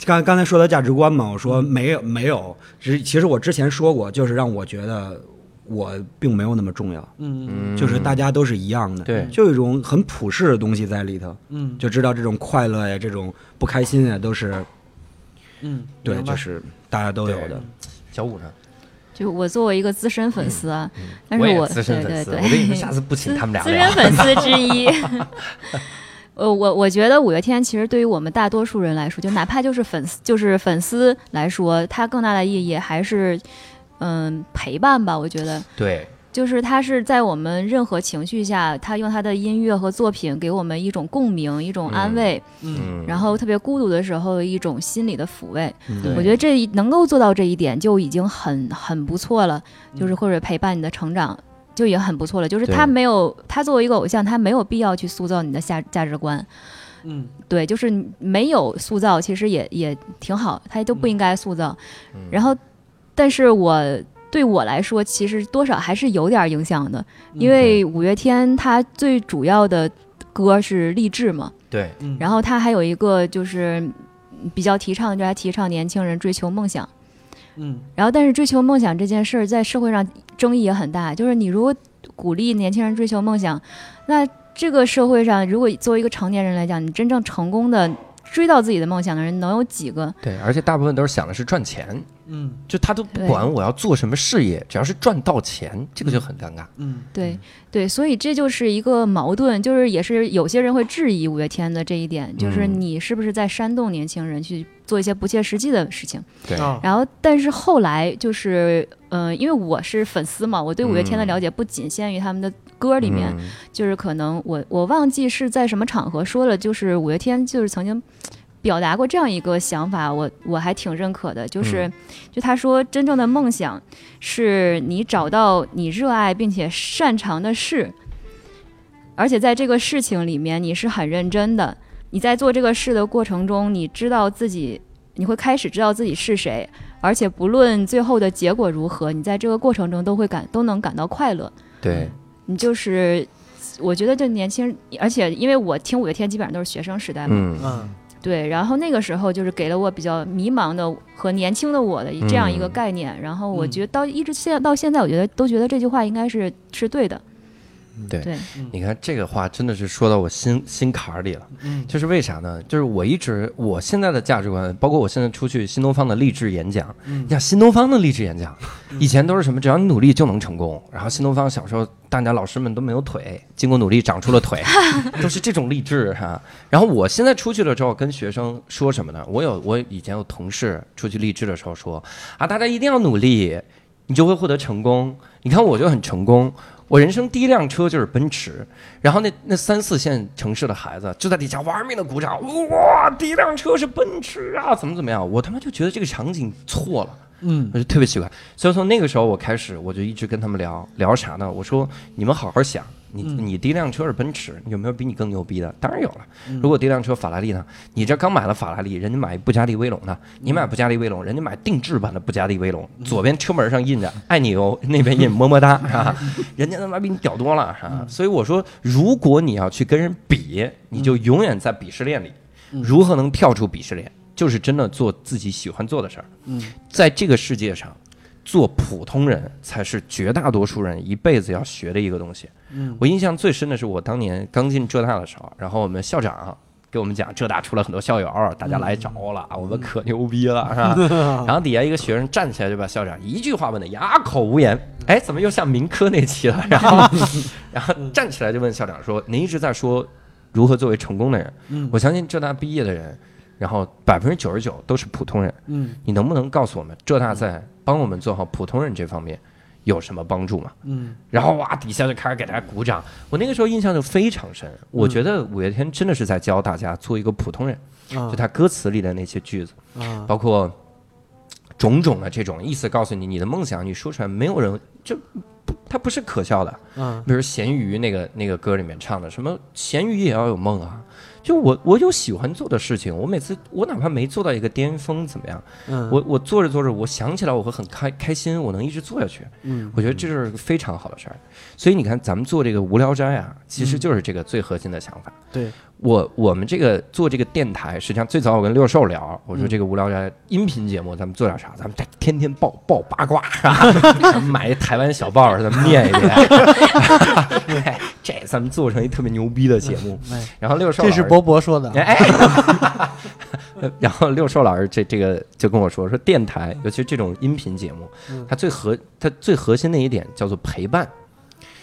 刚刚才说到价值观嘛，我
嗯
说没有没有，只其实我之前说过，就是让我觉得我并没有那么重要，
嗯
就是大家都是一样的，
对
就有一种很普世的东西在里头，
嗯
就知道这种快乐呀，这种不开心呀，都是
嗯，
对，
明白
就是大家都有的。
小五呢？
就我作为一个资深粉丝啊，但是
嗯我也
我
资深粉丝，
对
我
对
跟
对，
你说，下次不请他们俩
资
聊
深。粉丝之
(laughs)
一。呃，我我觉得五月天其实对于我们大多数人来说，就哪怕就是粉丝，就是粉丝来说，它更大的意义还是，嗯，陪伴吧。我觉得，
对，
就是它是在我们任何情绪下，他用他的音乐和作品给我们一种共鸣，一种安慰，
嗯，
嗯，
然后特别孤独的时候一种心理的抚慰。
对
我觉得这一能够做到这一点就已经很很不错了，就是或者陪伴你的成长。就已经很不错了，就是
对
他没有，他作为一个偶像，他没有必要去塑造你的价价值观，
嗯
对，就是没有塑造，其实也也挺好，他都不应该塑造。然后，但是我对我来说，其实多少还是有点影响的，因为五月天他最主要的歌是励志嘛，
对，
嗯，
然后他还有一个就是比较提倡，就是他提倡年轻人追求梦想。
嗯
然后，但是追求梦想这件事儿在社会上争议也很大。就是你如果鼓励年轻人追求梦想，那这个社会上，如果作为一个成年人来讲，你真正成功的追到自己的梦想的人能有几个？
对，而且大部分都是想的是赚钱，
嗯
就他都不
对
管我要做什么事业，只要是赚到钱，这个就很尴尬。
嗯
对对，所以这就是一个矛盾，就是也是有些人会质疑五月天的这一点，就是
嗯
你是不是在煽动年轻人去做一些不切实际的事情？
对
啊
然后，但是后来就是，呃，因为我是粉丝嘛，我对五月天的
嗯
了解不仅限于他们的歌里面，就是可能我我忘记是在什么场合说了，就是五月天就是曾经表达过这样一个想法，我我还挺认可的，就是、就他说真正的梦想是你找到你热爱并且擅长的事，而且在这个事情里面你是很认真的，你在做这个事的过程中，你知道自己。你会开始知道自己是谁，而且不论最后的结果如何，你在这个过程中都会感都能感到快乐。
对，
你就是，我觉得这年轻人，而且因为我听五月天基本上都是学生时代嘛，
嗯，
嗯
对，然后那个时候就是给了我比较迷茫的和年轻的我的一这样一个概念，然后我觉得到一直现到现在，我觉得都觉得这句话应该是是对的，
对
对，
你看这个话真的是说到我心心坎儿里了。
嗯
就是为啥呢？就是我一直我现在的价值观，包括我现在出去新东方的励志演讲，
嗯
你想新东方的励志演讲，以前都是什么，只要你努力就能成功。然后新东方小时候大家老师们都没有腿，经过努力长出了
(laughs)
腿，都是这种励志哈、然后我现在出去了之后，跟学生说什么呢？我有我以前有同事出去励志的时候说啊，大家一定要努力，你就会获得成功。你看我就很成功。我人生第一辆车就是奔驰，然后那那三四线城市的孩子就在底下玩命的鼓掌，哇，第一辆车是奔驰啊，怎么怎么样？我他妈就觉得这个场景错了。
嗯
我就特别奇怪。所以从那个时候我开始，我就一直跟他们聊聊啥呢？我说你们好好想，你你第一辆车是奔驰，有没有比你更牛逼的？当然有了。如果第一辆车法拉利呢？你这刚买了法拉利，人家买布加迪威龙呢？你买布加迪威龙，人家买定制版的布加迪威龙，左边车门上印着爱你哦，那边印么么哒，是吧？ (laughs) 人家他妈比你屌多了，是吧？所以我说，如果你要去跟人比，你就永远在鄙视链里。如何能跳出鄙视链？就是真的做自己喜欢做的事儿。在这个世界上，做普通人才是绝大多数人一辈子要学的一个东西。
嗯，
我印象最深的是我当年刚进浙大的时候，然后我们校长啊给我们讲，浙大出了很多校友，大家来找了，啊我们可牛逼了，是
啊
吧？然后底下一个学生站起来就把校长一句话问的哑口无言，哎，怎么又像民科那期了？然
(laughs)
后，然后站起来就问校长说：“您一直在说如何作为成功的人，
嗯
我相信浙大毕业的人，然后百分之九十九都是普通人。
嗯
你能不能告诉我们，浙大在帮我们做好普通人这方面有什么帮助吗？
嗯
然后哇，底下就开始给大家鼓掌。我那个时候印象就非常深，
嗯
我觉得五月天真的是在教大家做一个普通人，
啊
就他歌词里的那些句子，
啊
包括种种的这种意思，告诉你你的梦想，你说出来没有人就不，它不是可笑的。
啊
比如咸鱼那个那个歌里面唱的什么咸鱼也要有梦啊，就我我有喜欢做的事情，我每次我哪怕没做到一个巅峰怎么样，
嗯
我我做着做着，我想起来我会很开开心，我能一直做下去，
嗯
我觉得这是个非常好的事儿。所以你看，咱们做这个无聊斋啊，其
嗯
实就是这个最核心的想法。
对
我我们这个做这个电台，实际上最早我跟六兽聊，我说这个无聊斋音频节目，咱们做点啥？咱们天天报报八卦啊，买一台湾小报，咱们念一念。哎这咱们做成一特别牛逼的节目。
哎
然后六兽
这是
老师
博博说的
哎，哎 (laughs) 呃然后六兽老师这这个就跟我说说，电台尤其是这种音频节目
嗯，
它最核它最核心的一点叫做陪伴。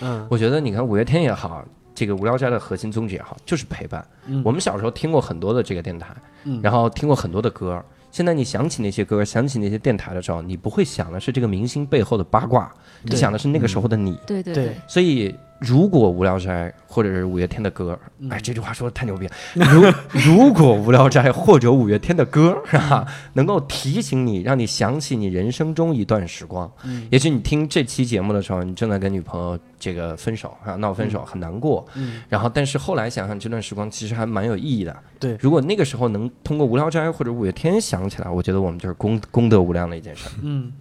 嗯
我觉得你看五月天也好，这个无聊斋的核心宗旨也好，就是陪伴。
嗯
我们小时候听过很多的这个电台，
嗯
然后听过很多的歌。现在你想起那些歌，想起那些电台的时候，你不会想的是这个明星背后的八卦，你
对
想的是那个时候的你。
对对
对，
所以，如果无聊斋或者是五月天的歌，
嗯
哎，这句话说的太牛逼了。如 (laughs) 如果无聊斋或者五月天的歌啊，
嗯
能够提醒你，让你想起你人生中一段时光，
嗯
也许你听这期节目的时候，你正在跟女朋友这个分手啊，闹分手很难过，
嗯
然后但是后来想想这段时光其实还蛮有意义的。
对
如果那个时候能通过无聊斋或者五月天想起来，我觉得我们就是功功德无量的一件事儿。
嗯，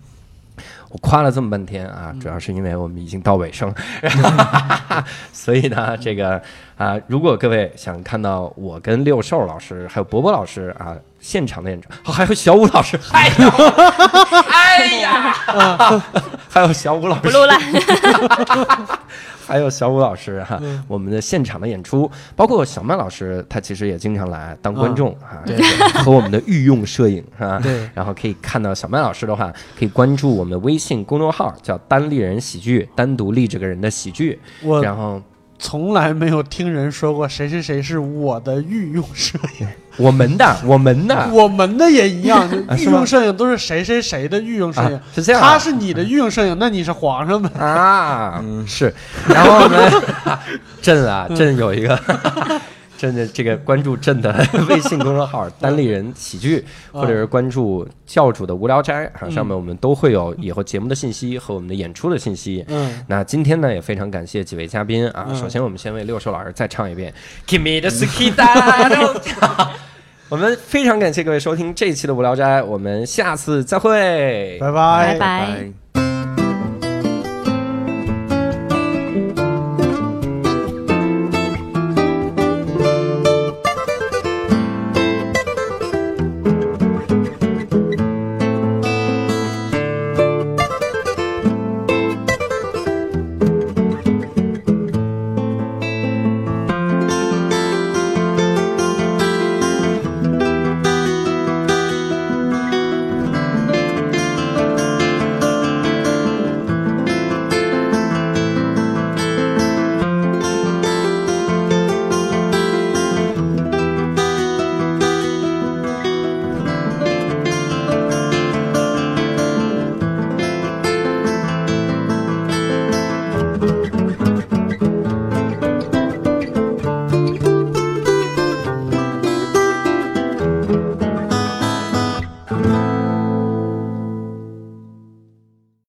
我夸了这么半天啊，主要是因为我们已经到尾声，所以呢，这个啊、如果各位想看到我跟六兽老师还有伯伯老师啊现场的演出，哦还有小武老师，哎 (laughs) 呀，哎呀，还有小武老
不
师，
录了。
(laughs) 还有小武老师哈、
嗯
我们的现场的演出，包括小曼老师，他其实也经常来当观众哈、
嗯对 (laughs)
和我们的御用摄影哈、
对
然后可以看到小曼老师的话，可以关注我们的微信公众号，叫“单立人喜剧”，单独立这个人的喜剧。
我
然后
从来没有听人说过谁谁谁是我的御用摄影，
我们的，
(laughs)
我们的，
我们的也一样，就御
是吗
用摄影都是谁谁谁的御用摄影
啊，是这样啊
他是嗯你的御用摄影，那你是皇上呗？
啊，是，然后我们 (laughs) 朕啊，
嗯
朕有一个 (laughs) 朕的这个关注朕的 (laughs) 微信公众号“单立人喜剧”，
嗯
或者是关注教主的无聊斋啊，上面我们都会有以后节目的信息和我们的演出的信息。
嗯，
那今天呢，也非常感谢几位嘉宾啊。
嗯
首先，我们先为六兽老师再唱一遍《Give
(laughs)
Me the s k i d a 我们非常感谢各位收听这一期的无聊斋，我们下次再会，
拜拜
拜拜
拜。